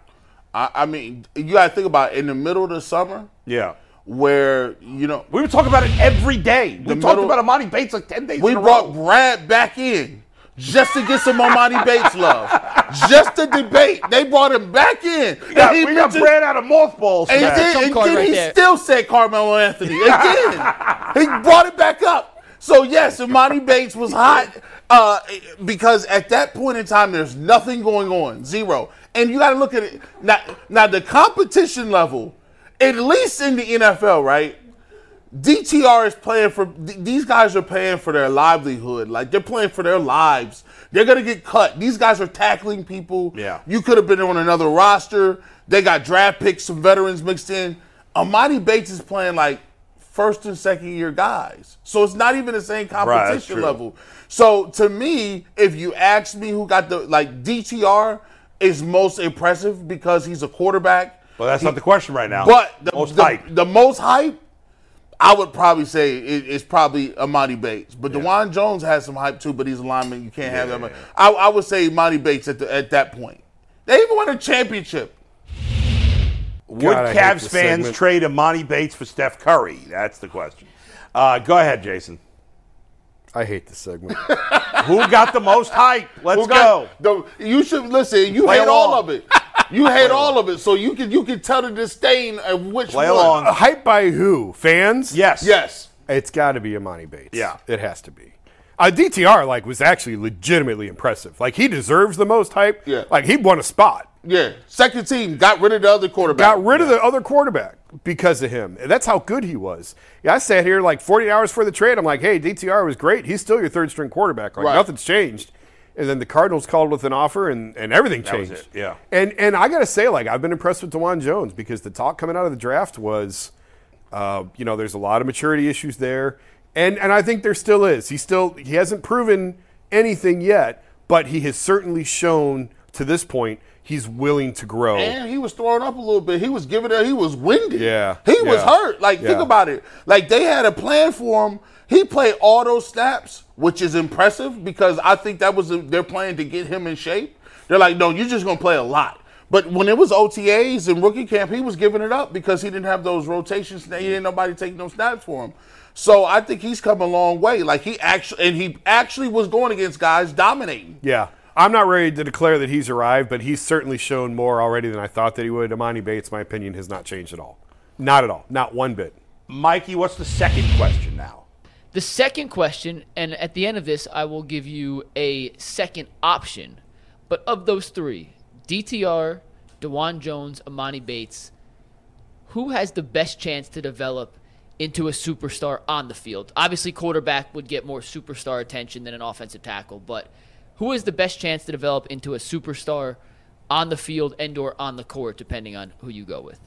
[SPEAKER 6] I, I mean, you got to think about it, in the middle of the summer
[SPEAKER 4] Yeah.
[SPEAKER 6] where you know
[SPEAKER 4] We were talking about it every day. We
[SPEAKER 6] The
[SPEAKER 4] talked
[SPEAKER 6] middle-
[SPEAKER 4] about Amani Bates like 10 days
[SPEAKER 6] we
[SPEAKER 4] in a
[SPEAKER 6] brought
[SPEAKER 4] row.
[SPEAKER 6] Brad back in just to get some Armani Bates love, just to debate. They brought him back in.
[SPEAKER 4] We got,
[SPEAKER 6] And he
[SPEAKER 4] we got
[SPEAKER 6] mentioned-
[SPEAKER 4] Brad out of mothballs.
[SPEAKER 6] And,
[SPEAKER 4] today.
[SPEAKER 6] then,
[SPEAKER 3] some
[SPEAKER 6] and
[SPEAKER 3] card
[SPEAKER 6] then
[SPEAKER 3] right
[SPEAKER 6] he
[SPEAKER 3] there.
[SPEAKER 6] still said Carmelo Anthony. Again, he brought it back up. So yes, Imani Bates was hot uh, because at that point in time, there's nothing going on, zero. And you got to look at it now. Now the competition level, at least in the NFL, right? DTR is playing for th- these guys are paying for their livelihood. Like they're playing for their lives. They're gonna get cut. These guys are tackling people.
[SPEAKER 4] Yeah.
[SPEAKER 6] You could have been on another roster. They got draft picks, some veterans mixed in. Amani Bates is playing like first and second year guys. So it's not even the same
[SPEAKER 4] that's
[SPEAKER 6] competition
[SPEAKER 4] true.
[SPEAKER 6] level. So to me, if you ask me who got the like DTR is most impressive because he's a quarterback.
[SPEAKER 4] Well, that's not the question right now.
[SPEAKER 6] But the
[SPEAKER 4] most
[SPEAKER 6] the,
[SPEAKER 4] hype.
[SPEAKER 6] the most hype, I would probably say it, it's probably Amani Bates. But Dewan Jones has some hype too, but he's a lineman. You can't have that much. I, I would say Amani Bates at, the, at that point. They even won a championship.
[SPEAKER 4] Would
[SPEAKER 5] God, I hate
[SPEAKER 4] Cavs
[SPEAKER 5] this
[SPEAKER 4] fans
[SPEAKER 5] segment.
[SPEAKER 4] trade Amani Bates for Steph Curry? That's the question. Uh, go ahead, Jason.
[SPEAKER 5] I hate this segment.
[SPEAKER 4] Who got the most hype? Let's
[SPEAKER 6] Who got-
[SPEAKER 4] go.
[SPEAKER 6] the- you should listen. You
[SPEAKER 4] Play
[SPEAKER 6] hate all
[SPEAKER 4] along.
[SPEAKER 6] of it. You hate all of it, so you can you can tell the disdain of which
[SPEAKER 4] Play
[SPEAKER 6] one.
[SPEAKER 4] along.
[SPEAKER 5] Hype by who? Fans?
[SPEAKER 4] Yes.
[SPEAKER 6] Yes.
[SPEAKER 5] It's got to be Imani Bates.
[SPEAKER 4] Yeah.
[SPEAKER 5] it has to be. Uh, DTR like was actually legitimately impressive. Like he deserves the most hype.
[SPEAKER 6] Yeah.
[SPEAKER 5] like he won a spot.
[SPEAKER 6] Yeah, second team got rid of the other quarterback.
[SPEAKER 5] Got rid of the other quarterback because of him. And that's how good he was. Yeah, I sat here like 48 hours for the trade. I'm like, hey, DTR was great. He's still your third string quarterback. Like
[SPEAKER 6] Right.
[SPEAKER 5] nothing's changed. And then the Cardinals called with an offer, and, and everything
[SPEAKER 4] was
[SPEAKER 5] changed.
[SPEAKER 4] it, yeah.
[SPEAKER 5] And and I gotta say, like I've been impressed with Dewan Jones because the talk coming out of the draft was, uh, you know, there's a lot of maturity issues there, and and I think there still is. He still he hasn't proven anything yet, but he has certainly shown to this point he's willing to grow.
[SPEAKER 6] And he was throwing up a little bit. He was giving it. He was winded.
[SPEAKER 5] Yeah,
[SPEAKER 6] he was
[SPEAKER 5] yeah.
[SPEAKER 6] hurt. Like think
[SPEAKER 5] Yeah.
[SPEAKER 6] about it. Like they had a plan for him. He played all those snaps, which is impressive because I think that was their plan to get him in shape. They're like, no, you're just gonna play a lot. But when it was OTAs and rookie camp, he was giving it up because he didn't have those rotations. He didn't nobody taking those snaps for him. So I think he's come a long way. Like he actually and he actually was going against guys dominating.
[SPEAKER 5] Yeah. I'm not ready to declare that he's arrived, but he's certainly shown more already than I thought that he would. Imani Bates, my opinion, has not changed at all. Not at all. Not one bit.
[SPEAKER 4] Mikey, what's the second question now?
[SPEAKER 3] The second question, and at the end of this, I will give you a second option. But of those three, DTR, Dewan Jones, Amani Bates, who has the best chance to develop into a superstar on the field? Obviously, quarterback would get more superstar attention than an offensive tackle, but who has the best chance to develop into a superstar on the field and or on the court, depending on who you go with?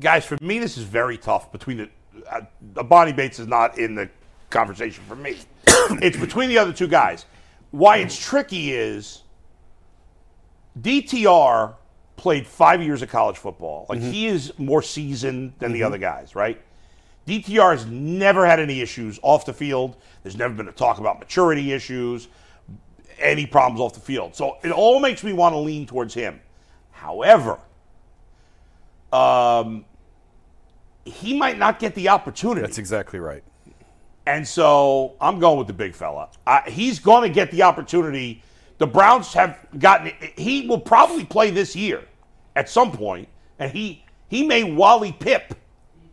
[SPEAKER 4] guys, for me, this is very tough. Between the uh, uh, Bonnie Bates is not in the conversation for me. it's between the other two guys. Why it's tricky is DTR played five years of college football. Like he is more seasoned than the other guys, right? DTR has never had any issues off the field. There's never been a talk about maturity issues, any problems off the field. So it all makes me want to lean towards him. However, um, he might not get the opportunity.
[SPEAKER 5] That's exactly right.
[SPEAKER 4] And so I'm going with the big fella. I, he's going to get the opportunity. The Browns have gotten. He will probably play this year at some point, and he he may Wally Pip,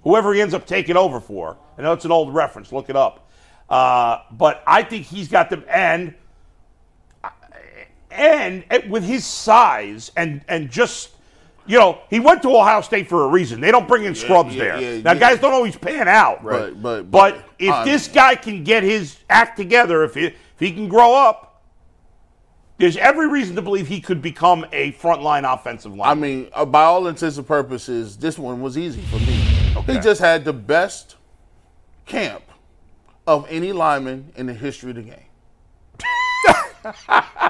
[SPEAKER 4] whoever he ends up taking over for. I know it's an old reference. Look it up. Uh, but I think he's got the and uh, and with his size and and just you know he went to Ohio State for a reason. They don't bring in scrubs
[SPEAKER 6] yeah,
[SPEAKER 4] there.
[SPEAKER 6] yeah,
[SPEAKER 4] now
[SPEAKER 6] yeah.
[SPEAKER 4] guys don't always pan out.
[SPEAKER 6] Right, but-
[SPEAKER 4] but
[SPEAKER 6] but-
[SPEAKER 4] if
[SPEAKER 6] I-
[SPEAKER 4] this guy can get his act together, if he, if he can grow up, there's every reason to believe he could become a frontline offensive
[SPEAKER 6] I
[SPEAKER 4] lineman.
[SPEAKER 6] mean, uh, by all intents and purposes, this one was easy for me. He just had the best camp of any lineman in the history of the game.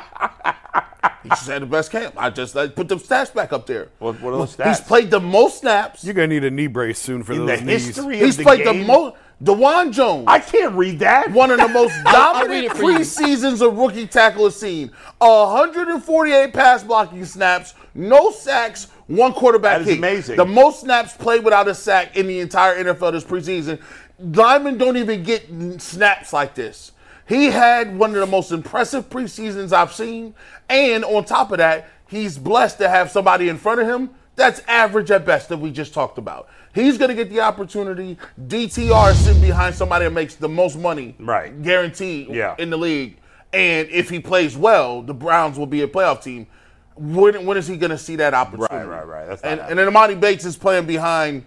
[SPEAKER 6] he just had the best camp. I just I put the stats back up there.
[SPEAKER 4] What- what are those
[SPEAKER 6] He's
[SPEAKER 4] stats?
[SPEAKER 6] played the most snaps.
[SPEAKER 5] You're going to need a knee brace soon for
[SPEAKER 4] in the
[SPEAKER 5] those knees.
[SPEAKER 4] history of
[SPEAKER 6] He's
[SPEAKER 4] the
[SPEAKER 6] played the
[SPEAKER 4] game-
[SPEAKER 6] most. Dewan Jones.
[SPEAKER 4] I can't read that.
[SPEAKER 6] one of the most
[SPEAKER 3] read
[SPEAKER 6] dominant
[SPEAKER 3] it for you.
[SPEAKER 6] preseasons a rookie tackle has seen. 148 pass blocking snaps, no sacks, one quarterback
[SPEAKER 4] That is
[SPEAKER 6] kick.
[SPEAKER 4] amazing.
[SPEAKER 6] The most snaps played without a sack in the entire NFL this preseason. Lyman don't even get snaps like this. He had one of the most impressive preseasons I've seen, and on top of that, he's blessed to have somebody in front of him that's average at best that we just talked about. He's going to get the opportunity. DTR is sitting behind somebody that makes the most money,
[SPEAKER 4] Right.
[SPEAKER 6] Guaranteed,
[SPEAKER 4] Yeah.
[SPEAKER 6] in the league. And if he plays well, the Browns will be a playoff team. When, when is he going to see that opportunity?
[SPEAKER 4] Right, right, right. That's not
[SPEAKER 6] and,
[SPEAKER 4] happening.
[SPEAKER 6] and then Amani Bates is playing behind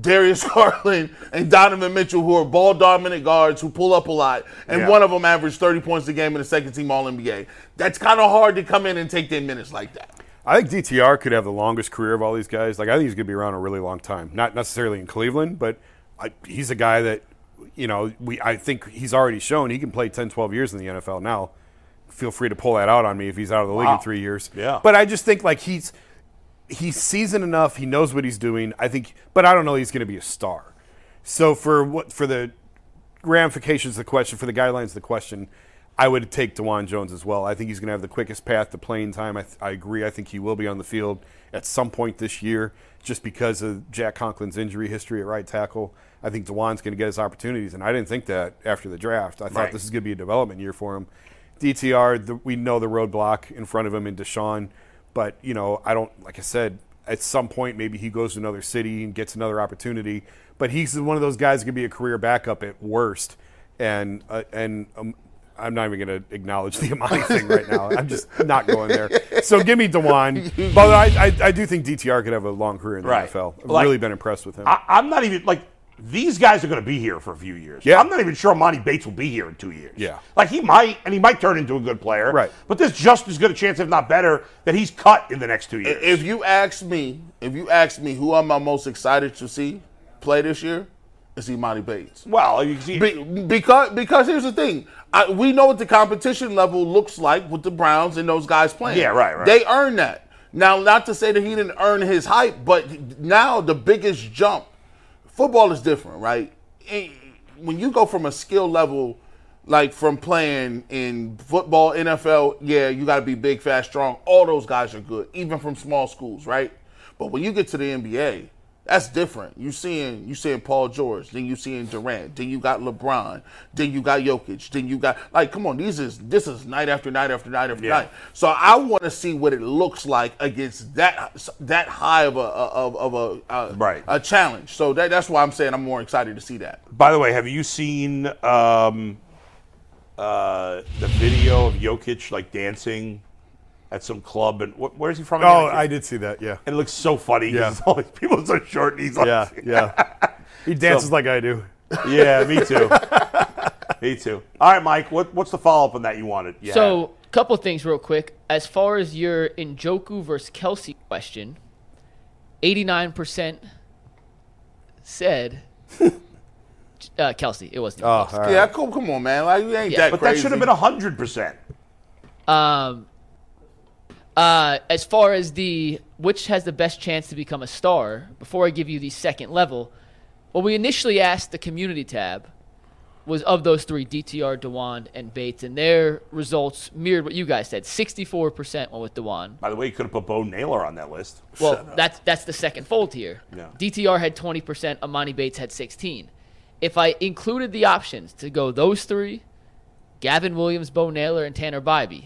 [SPEAKER 6] Darius Harlan and Donovan Mitchell, who are ball dominant guards who pull up a lot. And
[SPEAKER 4] Yeah.
[SPEAKER 6] one of them averaged 30 points a game in the second team All NBA. That's kind of hard to come in and take 10 minutes like that.
[SPEAKER 5] I think DTR could have the longest career of all these guys. Like I think he's going to be around a really long time. Not necessarily in Cleveland, but I, he's a guy that you know we. I think he's already shown he can play 10, 12 years in the NFL now. Feel free to pull that out on me if he's out of the league
[SPEAKER 4] Wow.
[SPEAKER 5] in three years.
[SPEAKER 4] Yeah.
[SPEAKER 5] But I just think like he's he's seasoned enough. He knows what he's doing. I think, but I don't know he's going to be a star. So for what for the ramifications of the question, for the guidelines of the question, I would take Dewan Jones as well. I think he's going to have the quickest path to playing time. I, th- I agree. I think he will be on the field at some point this year just because of Jack Conklin's injury history at right tackle. I think Dewan's going to get his opportunities, and I didn't think that after the draft. I thought
[SPEAKER 4] Right.
[SPEAKER 5] this is going to be a development year for him. DTR, the, we know the roadblock in front of him in Deshaun, but, you know, I don't, like I said, at some point maybe he goes to another city and gets another opportunity. But he's one of those guys that could be a career backup at worst. And uh, and um, I'm not even going to acknowledge the Amani thing right now. I'm just not going there. So give me Dewan. But I, I, I do think DTR could have a long career in the
[SPEAKER 4] Right.
[SPEAKER 5] NFL. I've
[SPEAKER 4] Like-
[SPEAKER 5] really been impressed with him.
[SPEAKER 4] I, I'm not even like these guys are going to be here for a few years.
[SPEAKER 5] Yeah.
[SPEAKER 4] I'm not even sure Monty Bates will be here in two years.
[SPEAKER 5] Yeah.
[SPEAKER 4] like he might, and he might turn into a good player.
[SPEAKER 5] Right.
[SPEAKER 4] but there's just as good a chance, if not better, that he's cut in the next two years.
[SPEAKER 6] If you ask me, if you ask me who am I most excited to see play this year, it's Imani Bates.
[SPEAKER 4] well, you see,
[SPEAKER 6] Be- because because here's the thing, I, we know what the competition level looks like with the Browns and those guys playing.
[SPEAKER 4] Yeah, right, right.
[SPEAKER 6] They earned that. Now, not to say that he didn't earn his hype, but now the biggest jump. Football is different, right? It- when you go from a skill level, like from playing in football, NFL, yeah, you got to be big, fast, strong. All those guys are good, even from small schools, right? But when you get to the NBA, that's different. You seeing you seeing Paul George, then you seeing Durant, then you got LeBron, then you got Jokic, then you got like come on, these is this is night after night after night after night. So I want to see what it looks like against that that high of a of, of a uh,
[SPEAKER 4] Right.
[SPEAKER 6] a challenge. So that, that's why I'm saying I'm more excited to see that.
[SPEAKER 4] by the way, have you seen um, uh, the video of Jokic like dancing at some club? And wh- where is he from? again?
[SPEAKER 5] oh,
[SPEAKER 4] can't-
[SPEAKER 5] I did see that. Yeah.
[SPEAKER 4] And it looks so funny
[SPEAKER 5] Yeah.
[SPEAKER 4] because all these people are so short, and he's like,
[SPEAKER 5] Yeah. Yeah. He dances
[SPEAKER 4] So-
[SPEAKER 5] like I do.
[SPEAKER 4] Yeah, me too. me too. All right, Mike. What, what's the follow up on that you wanted? Yeah.
[SPEAKER 3] So, couple things real quick. As far as your Njoku versus Kelsey question, 89% said uh, Kelsey. It wasn't. Uh,
[SPEAKER 5] Oh, all right.
[SPEAKER 6] Yeah, cool. Come on, man. Like you ain't
[SPEAKER 3] Yeah.
[SPEAKER 6] that
[SPEAKER 4] but
[SPEAKER 6] crazy.
[SPEAKER 4] that should have been hundred percent.
[SPEAKER 3] Um, uh, as far as the which has the best chance to become a star, before I give you the second level, what we initially asked the community tab was of those three DTR, Dewan, and Bates, and their results mirrored what you guys said. 64% went with Dewan.
[SPEAKER 4] By the way, you could have put Bo Naylor on that list.
[SPEAKER 3] Well, that's that's the second fold here.
[SPEAKER 4] Yeah.
[SPEAKER 3] DTR had 20%, Amani Bates had 16. If I included the options to go those three, Gavin Williams, Bo Naylor, and Tanner Bybee,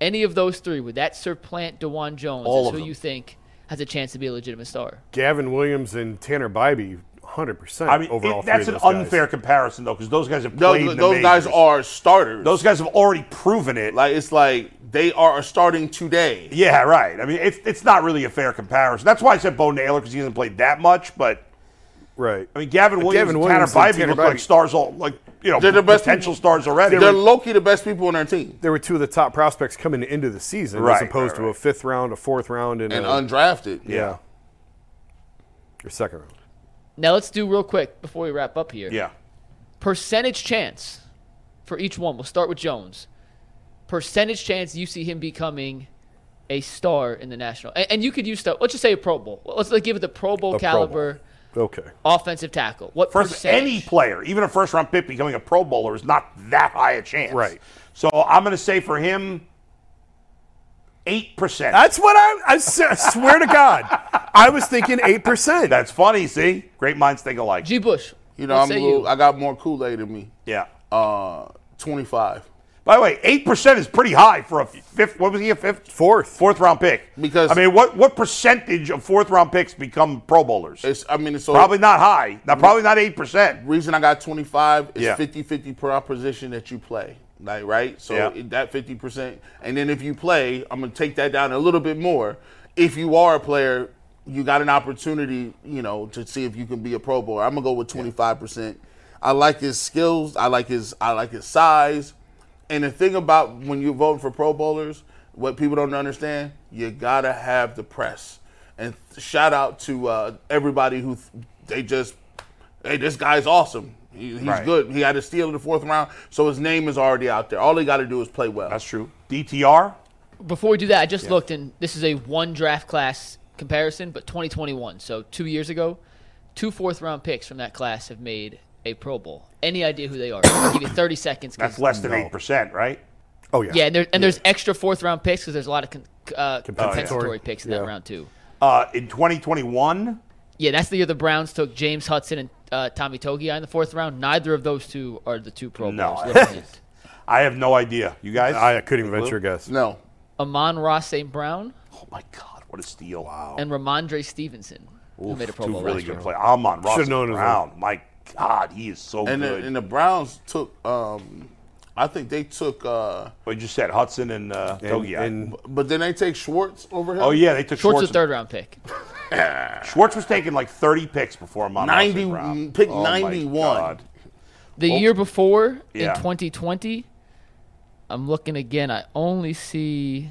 [SPEAKER 3] any of those three, would that supplant Dewan Jones
[SPEAKER 4] All
[SPEAKER 3] as
[SPEAKER 4] of
[SPEAKER 3] who
[SPEAKER 4] them.
[SPEAKER 3] you think has a chance to be a legitimate star?
[SPEAKER 5] Gavin Williams and Tanner Bybee, 100%
[SPEAKER 4] I mean,
[SPEAKER 5] over all
[SPEAKER 4] it,
[SPEAKER 5] three
[SPEAKER 4] that's an
[SPEAKER 5] of those guys.
[SPEAKER 4] unfair comparison though, because those guys have played.
[SPEAKER 6] those,
[SPEAKER 4] the
[SPEAKER 6] those guys
[SPEAKER 4] majors.
[SPEAKER 6] are starters.
[SPEAKER 4] Those guys have already proven it.
[SPEAKER 6] like it's like they are starting today.
[SPEAKER 4] yeah, right. I mean, it's it's not really a fair comparison. That's why I said Bo Naylor because he hasn't played that much. But
[SPEAKER 5] Right.
[SPEAKER 4] I mean, Gavin Williams,
[SPEAKER 5] Gavin
[SPEAKER 4] and Tanner
[SPEAKER 5] Williams and
[SPEAKER 4] Bybee
[SPEAKER 5] Tanner
[SPEAKER 4] look like
[SPEAKER 5] Bybee-
[SPEAKER 4] stars. All like you know,
[SPEAKER 6] They're the best
[SPEAKER 4] potential
[SPEAKER 6] people.
[SPEAKER 4] stars already.
[SPEAKER 6] They're low key the best people on their team
[SPEAKER 5] there were two of the top prospects coming into the season
[SPEAKER 4] Right,
[SPEAKER 5] as opposed
[SPEAKER 4] right,
[SPEAKER 5] to a
[SPEAKER 4] right.
[SPEAKER 5] fifth round, a fourth round, and,
[SPEAKER 6] and
[SPEAKER 5] a,
[SPEAKER 6] undrafted.
[SPEAKER 5] yeah, your second round.
[SPEAKER 3] Now let's do real quick before we wrap up here.
[SPEAKER 4] yeah.
[SPEAKER 3] Percentage chance for each one. We'll start with Jones. Percentage chance you see him becoming a star in the national. And, and you could use stuff. Let's just say a Pro Bowl. Let's like, give it the Pro Bowl
[SPEAKER 5] A Pro Bowl.
[SPEAKER 3] caliber.
[SPEAKER 5] Okay.
[SPEAKER 3] offensive tackle. What
[SPEAKER 4] First,
[SPEAKER 3] percentage?
[SPEAKER 4] any player, even a first round pick becoming a Pro Bowler is not that high a chance.
[SPEAKER 5] Right.
[SPEAKER 4] So I'm going to say for him, 8%.
[SPEAKER 5] That's what I, I s- I swear to God, I was thinking eight percent.
[SPEAKER 4] That's funny, see? Great minds think alike.
[SPEAKER 3] G. Bush.
[SPEAKER 6] You know,
[SPEAKER 3] what
[SPEAKER 6] I'm a
[SPEAKER 3] say
[SPEAKER 6] little,
[SPEAKER 3] you?
[SPEAKER 6] I got more Kool Aid in me.
[SPEAKER 4] yeah.
[SPEAKER 6] Uh, 25
[SPEAKER 4] By the way, 8% is pretty high for a fifth, what was he, a fifth?
[SPEAKER 5] Fourth.
[SPEAKER 4] Fourth round pick.
[SPEAKER 6] Because-
[SPEAKER 4] I mean, what, what percentage of fourth round picks become Pro Bowlers?
[SPEAKER 6] It's I mean, it's so
[SPEAKER 4] probably not high. Now, probably not 8%.
[SPEAKER 6] reason I got 25 is
[SPEAKER 4] Yeah.
[SPEAKER 6] 50-50 per opposition that you play. Like right, so
[SPEAKER 4] Yeah.
[SPEAKER 6] it- that 50%, and then if you play, I'm gonna take that down a little bit more. If you are a player, you got an opportunity, you know, to see if you can be a Pro Bowler. I'm gonna go with 25%. I like his skills. I like his. I like his size. And the thing about when you're voting for Pro Bowlers, what people don't understand, you gotta have the press. And shout out to uh, everybody who th- they just, hey, this guy's awesome. He, he's
[SPEAKER 4] Right.
[SPEAKER 6] good. He had a steal in the fourth round, so his name is already out there. All they got to do is play well.
[SPEAKER 4] That's true. DTR?
[SPEAKER 3] Before we do that, I just looked, and this is a one draft class comparison, but 2021, so two years ago, two fourth round picks from that class have made a Pro Bowl. Any idea who they are? I'll give you 30 seconds. 'cause-
[SPEAKER 4] That's less than 8%, right?
[SPEAKER 5] Oh yeah.
[SPEAKER 3] Yeah, and, there, and there's extra fourth round picks because there's a lot of con- uh,
[SPEAKER 4] Oh,
[SPEAKER 3] compensatory picks in that
[SPEAKER 5] Yeah.
[SPEAKER 3] round too.
[SPEAKER 4] Uh, in 2021,
[SPEAKER 3] Yeah, that's the year the Browns took James Hudson and uh, Tommy Togi in the fourth round. Neither of those two are the two Pro
[SPEAKER 4] No.
[SPEAKER 3] Bowlers. represented.
[SPEAKER 4] I have no idea. You guys?
[SPEAKER 5] I couldn't even venture a guess.
[SPEAKER 6] No,
[SPEAKER 3] Amon Ross St. Brown,
[SPEAKER 4] oh, my God. What a steal! Wow,
[SPEAKER 3] and Ramondre Stevenson, who made a Pro
[SPEAKER 4] two
[SPEAKER 3] Bowl
[SPEAKER 4] really
[SPEAKER 3] last year.
[SPEAKER 4] good play. I'm on Russell
[SPEAKER 5] Should've known it was
[SPEAKER 4] Brown. My God, he is so
[SPEAKER 6] And the,
[SPEAKER 4] good.
[SPEAKER 6] and uh, the Browns took. Um, I think they took. Uh,
[SPEAKER 4] what you said, Hudson and uh,
[SPEAKER 5] And,
[SPEAKER 4] Togia.
[SPEAKER 5] and
[SPEAKER 6] but then they take Schwartz over him.
[SPEAKER 4] oh yeah, they took
[SPEAKER 3] Schwartz
[SPEAKER 4] Schwartz.
[SPEAKER 3] was a third round pick.
[SPEAKER 4] Schwartz was taking like 30 picks before Amon. Russell
[SPEAKER 6] 90
[SPEAKER 4] Brown.
[SPEAKER 6] pick
[SPEAKER 4] Oh, my
[SPEAKER 6] 91.
[SPEAKER 4] God.
[SPEAKER 3] The year before
[SPEAKER 4] Oh. Yeah.
[SPEAKER 3] in 2020, I'm looking again. I only see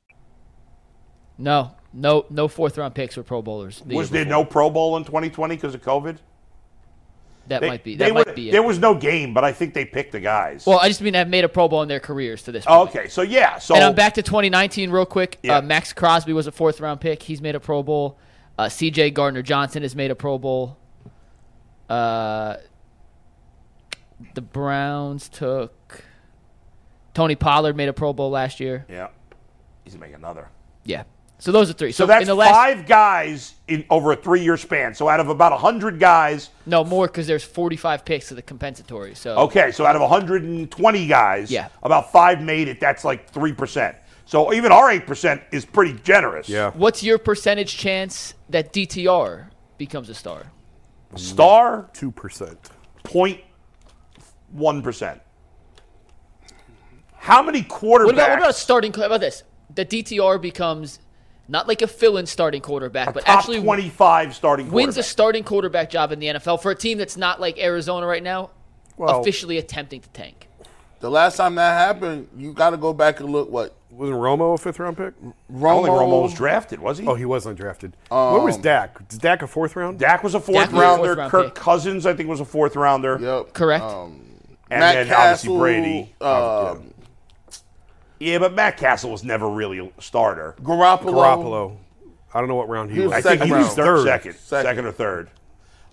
[SPEAKER 3] no, no, no fourth round picks were Pro Bowlers. the
[SPEAKER 4] Was
[SPEAKER 3] year
[SPEAKER 4] there no Pro Bowl in 2020 because of COVID?
[SPEAKER 3] before. that
[SPEAKER 4] They-
[SPEAKER 3] might be
[SPEAKER 4] they
[SPEAKER 3] that might
[SPEAKER 4] would-
[SPEAKER 3] be it.
[SPEAKER 4] There was no game, but I think they picked the guys.
[SPEAKER 3] well, I just mean I've made a Pro Bowl in their careers to this point.
[SPEAKER 4] Oh, okay, so yeah, so
[SPEAKER 3] And I'm back to 2019 real quick.
[SPEAKER 4] Yeah.
[SPEAKER 3] Uh, Max Crosby was a fourth round pick. He's made a Pro Bowl. Uh, C.J. Gardner Johnson has made a Pro Bowl. Uh, the Browns took Tony Pollard made a Pro Bowl last year.
[SPEAKER 4] yeah, he's making another.
[SPEAKER 3] Yeah. So those are three. So,
[SPEAKER 4] So that's
[SPEAKER 3] in the last
[SPEAKER 4] five guys in over a three-year span. So out of about hundred guys,
[SPEAKER 3] no more because there's 45 picks to the compensatory. So
[SPEAKER 4] okay, so out of 120 guys,
[SPEAKER 3] Yeah.
[SPEAKER 4] about five made it. That's like three percent. So even our eight percent is pretty generous.
[SPEAKER 5] yeah,
[SPEAKER 3] what's your percentage chance that DTR becomes a star?
[SPEAKER 4] star
[SPEAKER 5] two percent.
[SPEAKER 4] 0.1 percent. How many quarterbacks?
[SPEAKER 3] What about what about starting? How about this? That DTR becomes not like a fill-in starting quarterback, but
[SPEAKER 4] top
[SPEAKER 3] actually
[SPEAKER 4] 25 starting
[SPEAKER 3] wins a
[SPEAKER 4] quarterback?
[SPEAKER 3] starting quarterback job in the NFL for a team that's not like Arizona right now, officially attempting to tank.
[SPEAKER 6] The last time that happened, you got to go back and look what
[SPEAKER 5] Wasn't Romo a fifth round pick?
[SPEAKER 4] I don't
[SPEAKER 6] Romo.
[SPEAKER 4] think Romo was drafted, was he?
[SPEAKER 5] Oh, he was undrafted. Where was Dak? Is Um, Dak a fourth round?
[SPEAKER 4] Dak was a fourth
[SPEAKER 3] Dak was a
[SPEAKER 4] rounder.
[SPEAKER 3] fourth round
[SPEAKER 4] Kirk
[SPEAKER 3] pick.
[SPEAKER 4] Cousins, I think, was a fourth rounder.
[SPEAKER 6] Yep.
[SPEAKER 3] Correct?
[SPEAKER 4] um, And
[SPEAKER 6] Matt
[SPEAKER 4] then
[SPEAKER 6] Castle,
[SPEAKER 4] obviously Brady.
[SPEAKER 6] uh,
[SPEAKER 4] yeah, but Matt Castle was never really a starter.
[SPEAKER 6] Garoppolo.
[SPEAKER 5] Garoppolo. I don't know what round he,
[SPEAKER 6] He was
[SPEAKER 5] was.
[SPEAKER 4] I think
[SPEAKER 6] Second
[SPEAKER 4] he was
[SPEAKER 6] round.
[SPEAKER 4] third,
[SPEAKER 5] Third.
[SPEAKER 4] Second,
[SPEAKER 6] Second.
[SPEAKER 4] second or third.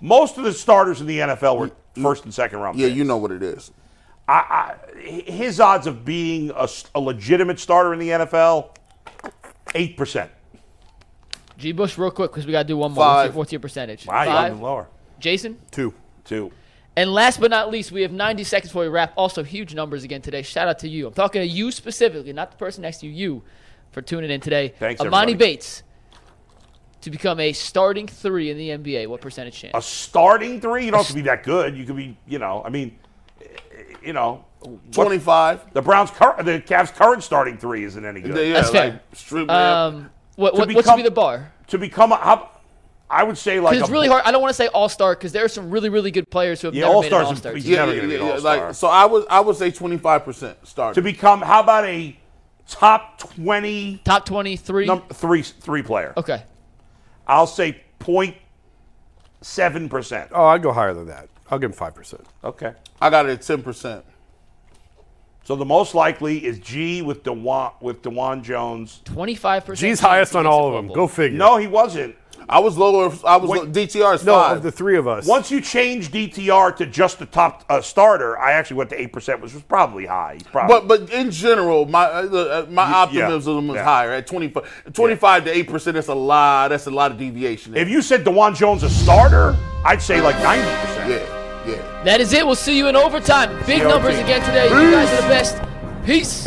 [SPEAKER 4] Most of the starters in the NFL were first and second round.
[SPEAKER 6] Yeah,
[SPEAKER 4] picks.
[SPEAKER 6] you know what it is.
[SPEAKER 4] I, I, his odds of being a, s- a legitimate starter in the NFL, eight percent.
[SPEAKER 3] G. Bush, real quick, because we got to do one more. What's your,
[SPEAKER 6] Five.
[SPEAKER 3] what's your percentage?
[SPEAKER 4] Wow, you
[SPEAKER 3] Five.
[SPEAKER 4] even lower.
[SPEAKER 3] Jason?
[SPEAKER 5] Two.
[SPEAKER 4] Two.
[SPEAKER 3] And last but not least, we have 90 seconds before we wrap. Also, huge numbers again today. Shout out to you. I'm talking to you specifically, not the person next to you. You for tuning in today.
[SPEAKER 4] Thanks,
[SPEAKER 3] Amani
[SPEAKER 4] everybody.
[SPEAKER 3] Bates to become a starting three in the NBA. What percentage chance?
[SPEAKER 4] A starting three. You don't have to be that good. You could be, you know. I mean, you know, what-
[SPEAKER 6] 25.
[SPEAKER 4] The Browns, cur- the Cavs' current starting three isn't any good.
[SPEAKER 6] Yeah,
[SPEAKER 3] That's fair.
[SPEAKER 6] like, strip
[SPEAKER 3] um, what, what, what should
[SPEAKER 4] become-
[SPEAKER 3] be the bar?
[SPEAKER 4] to become a, how- I would say like
[SPEAKER 3] Because it's
[SPEAKER 4] a-
[SPEAKER 3] really hard. I don't want to say all star because there are some really, really good players who have
[SPEAKER 4] Yeah,
[SPEAKER 3] never made an
[SPEAKER 4] all-stars
[SPEAKER 3] all
[SPEAKER 4] and-
[SPEAKER 3] star.
[SPEAKER 4] yeah.
[SPEAKER 6] yeah,
[SPEAKER 4] never
[SPEAKER 6] yeah,
[SPEAKER 4] gonna be an
[SPEAKER 6] yeah,
[SPEAKER 4] all-star.
[SPEAKER 6] Like, so I would I would say 25% start.
[SPEAKER 4] to become. How about a top twenty
[SPEAKER 3] Top 23?
[SPEAKER 4] num- three three player?
[SPEAKER 3] Okay.
[SPEAKER 4] I'll say point seven percent.
[SPEAKER 5] Oh, I'd go higher than that. I'll give him five percent.
[SPEAKER 4] Okay.
[SPEAKER 6] I got it at 10%.
[SPEAKER 4] So the most likely is G with Dewan with Dewan Jones.
[SPEAKER 3] 25%.
[SPEAKER 5] G's highest on all of them. Go figure.
[SPEAKER 4] No, he wasn't.
[SPEAKER 6] I was lower. I was
[SPEAKER 4] Wait.
[SPEAKER 6] low, DTR is
[SPEAKER 5] no,
[SPEAKER 6] five.
[SPEAKER 5] of the three of us.
[SPEAKER 4] Once you change DTR to just the top uh, starter, I actually went to eight percent, which was probably high. He's Probably.
[SPEAKER 6] but but in general, my uh, uh, my
[SPEAKER 4] yeah,
[SPEAKER 6] optimism is
[SPEAKER 4] yeah.
[SPEAKER 6] higher at 25, 25 to 8%. That's a lot. That's a lot of deviation.
[SPEAKER 4] if you said Dewan Jones a starter, I'd say like ninety percent.
[SPEAKER 6] yeah, yeah.
[SPEAKER 3] That is it. We'll see you in overtime. Big
[SPEAKER 4] Yo,
[SPEAKER 3] numbers
[SPEAKER 4] team.
[SPEAKER 3] again today. You guys are the best. Peace.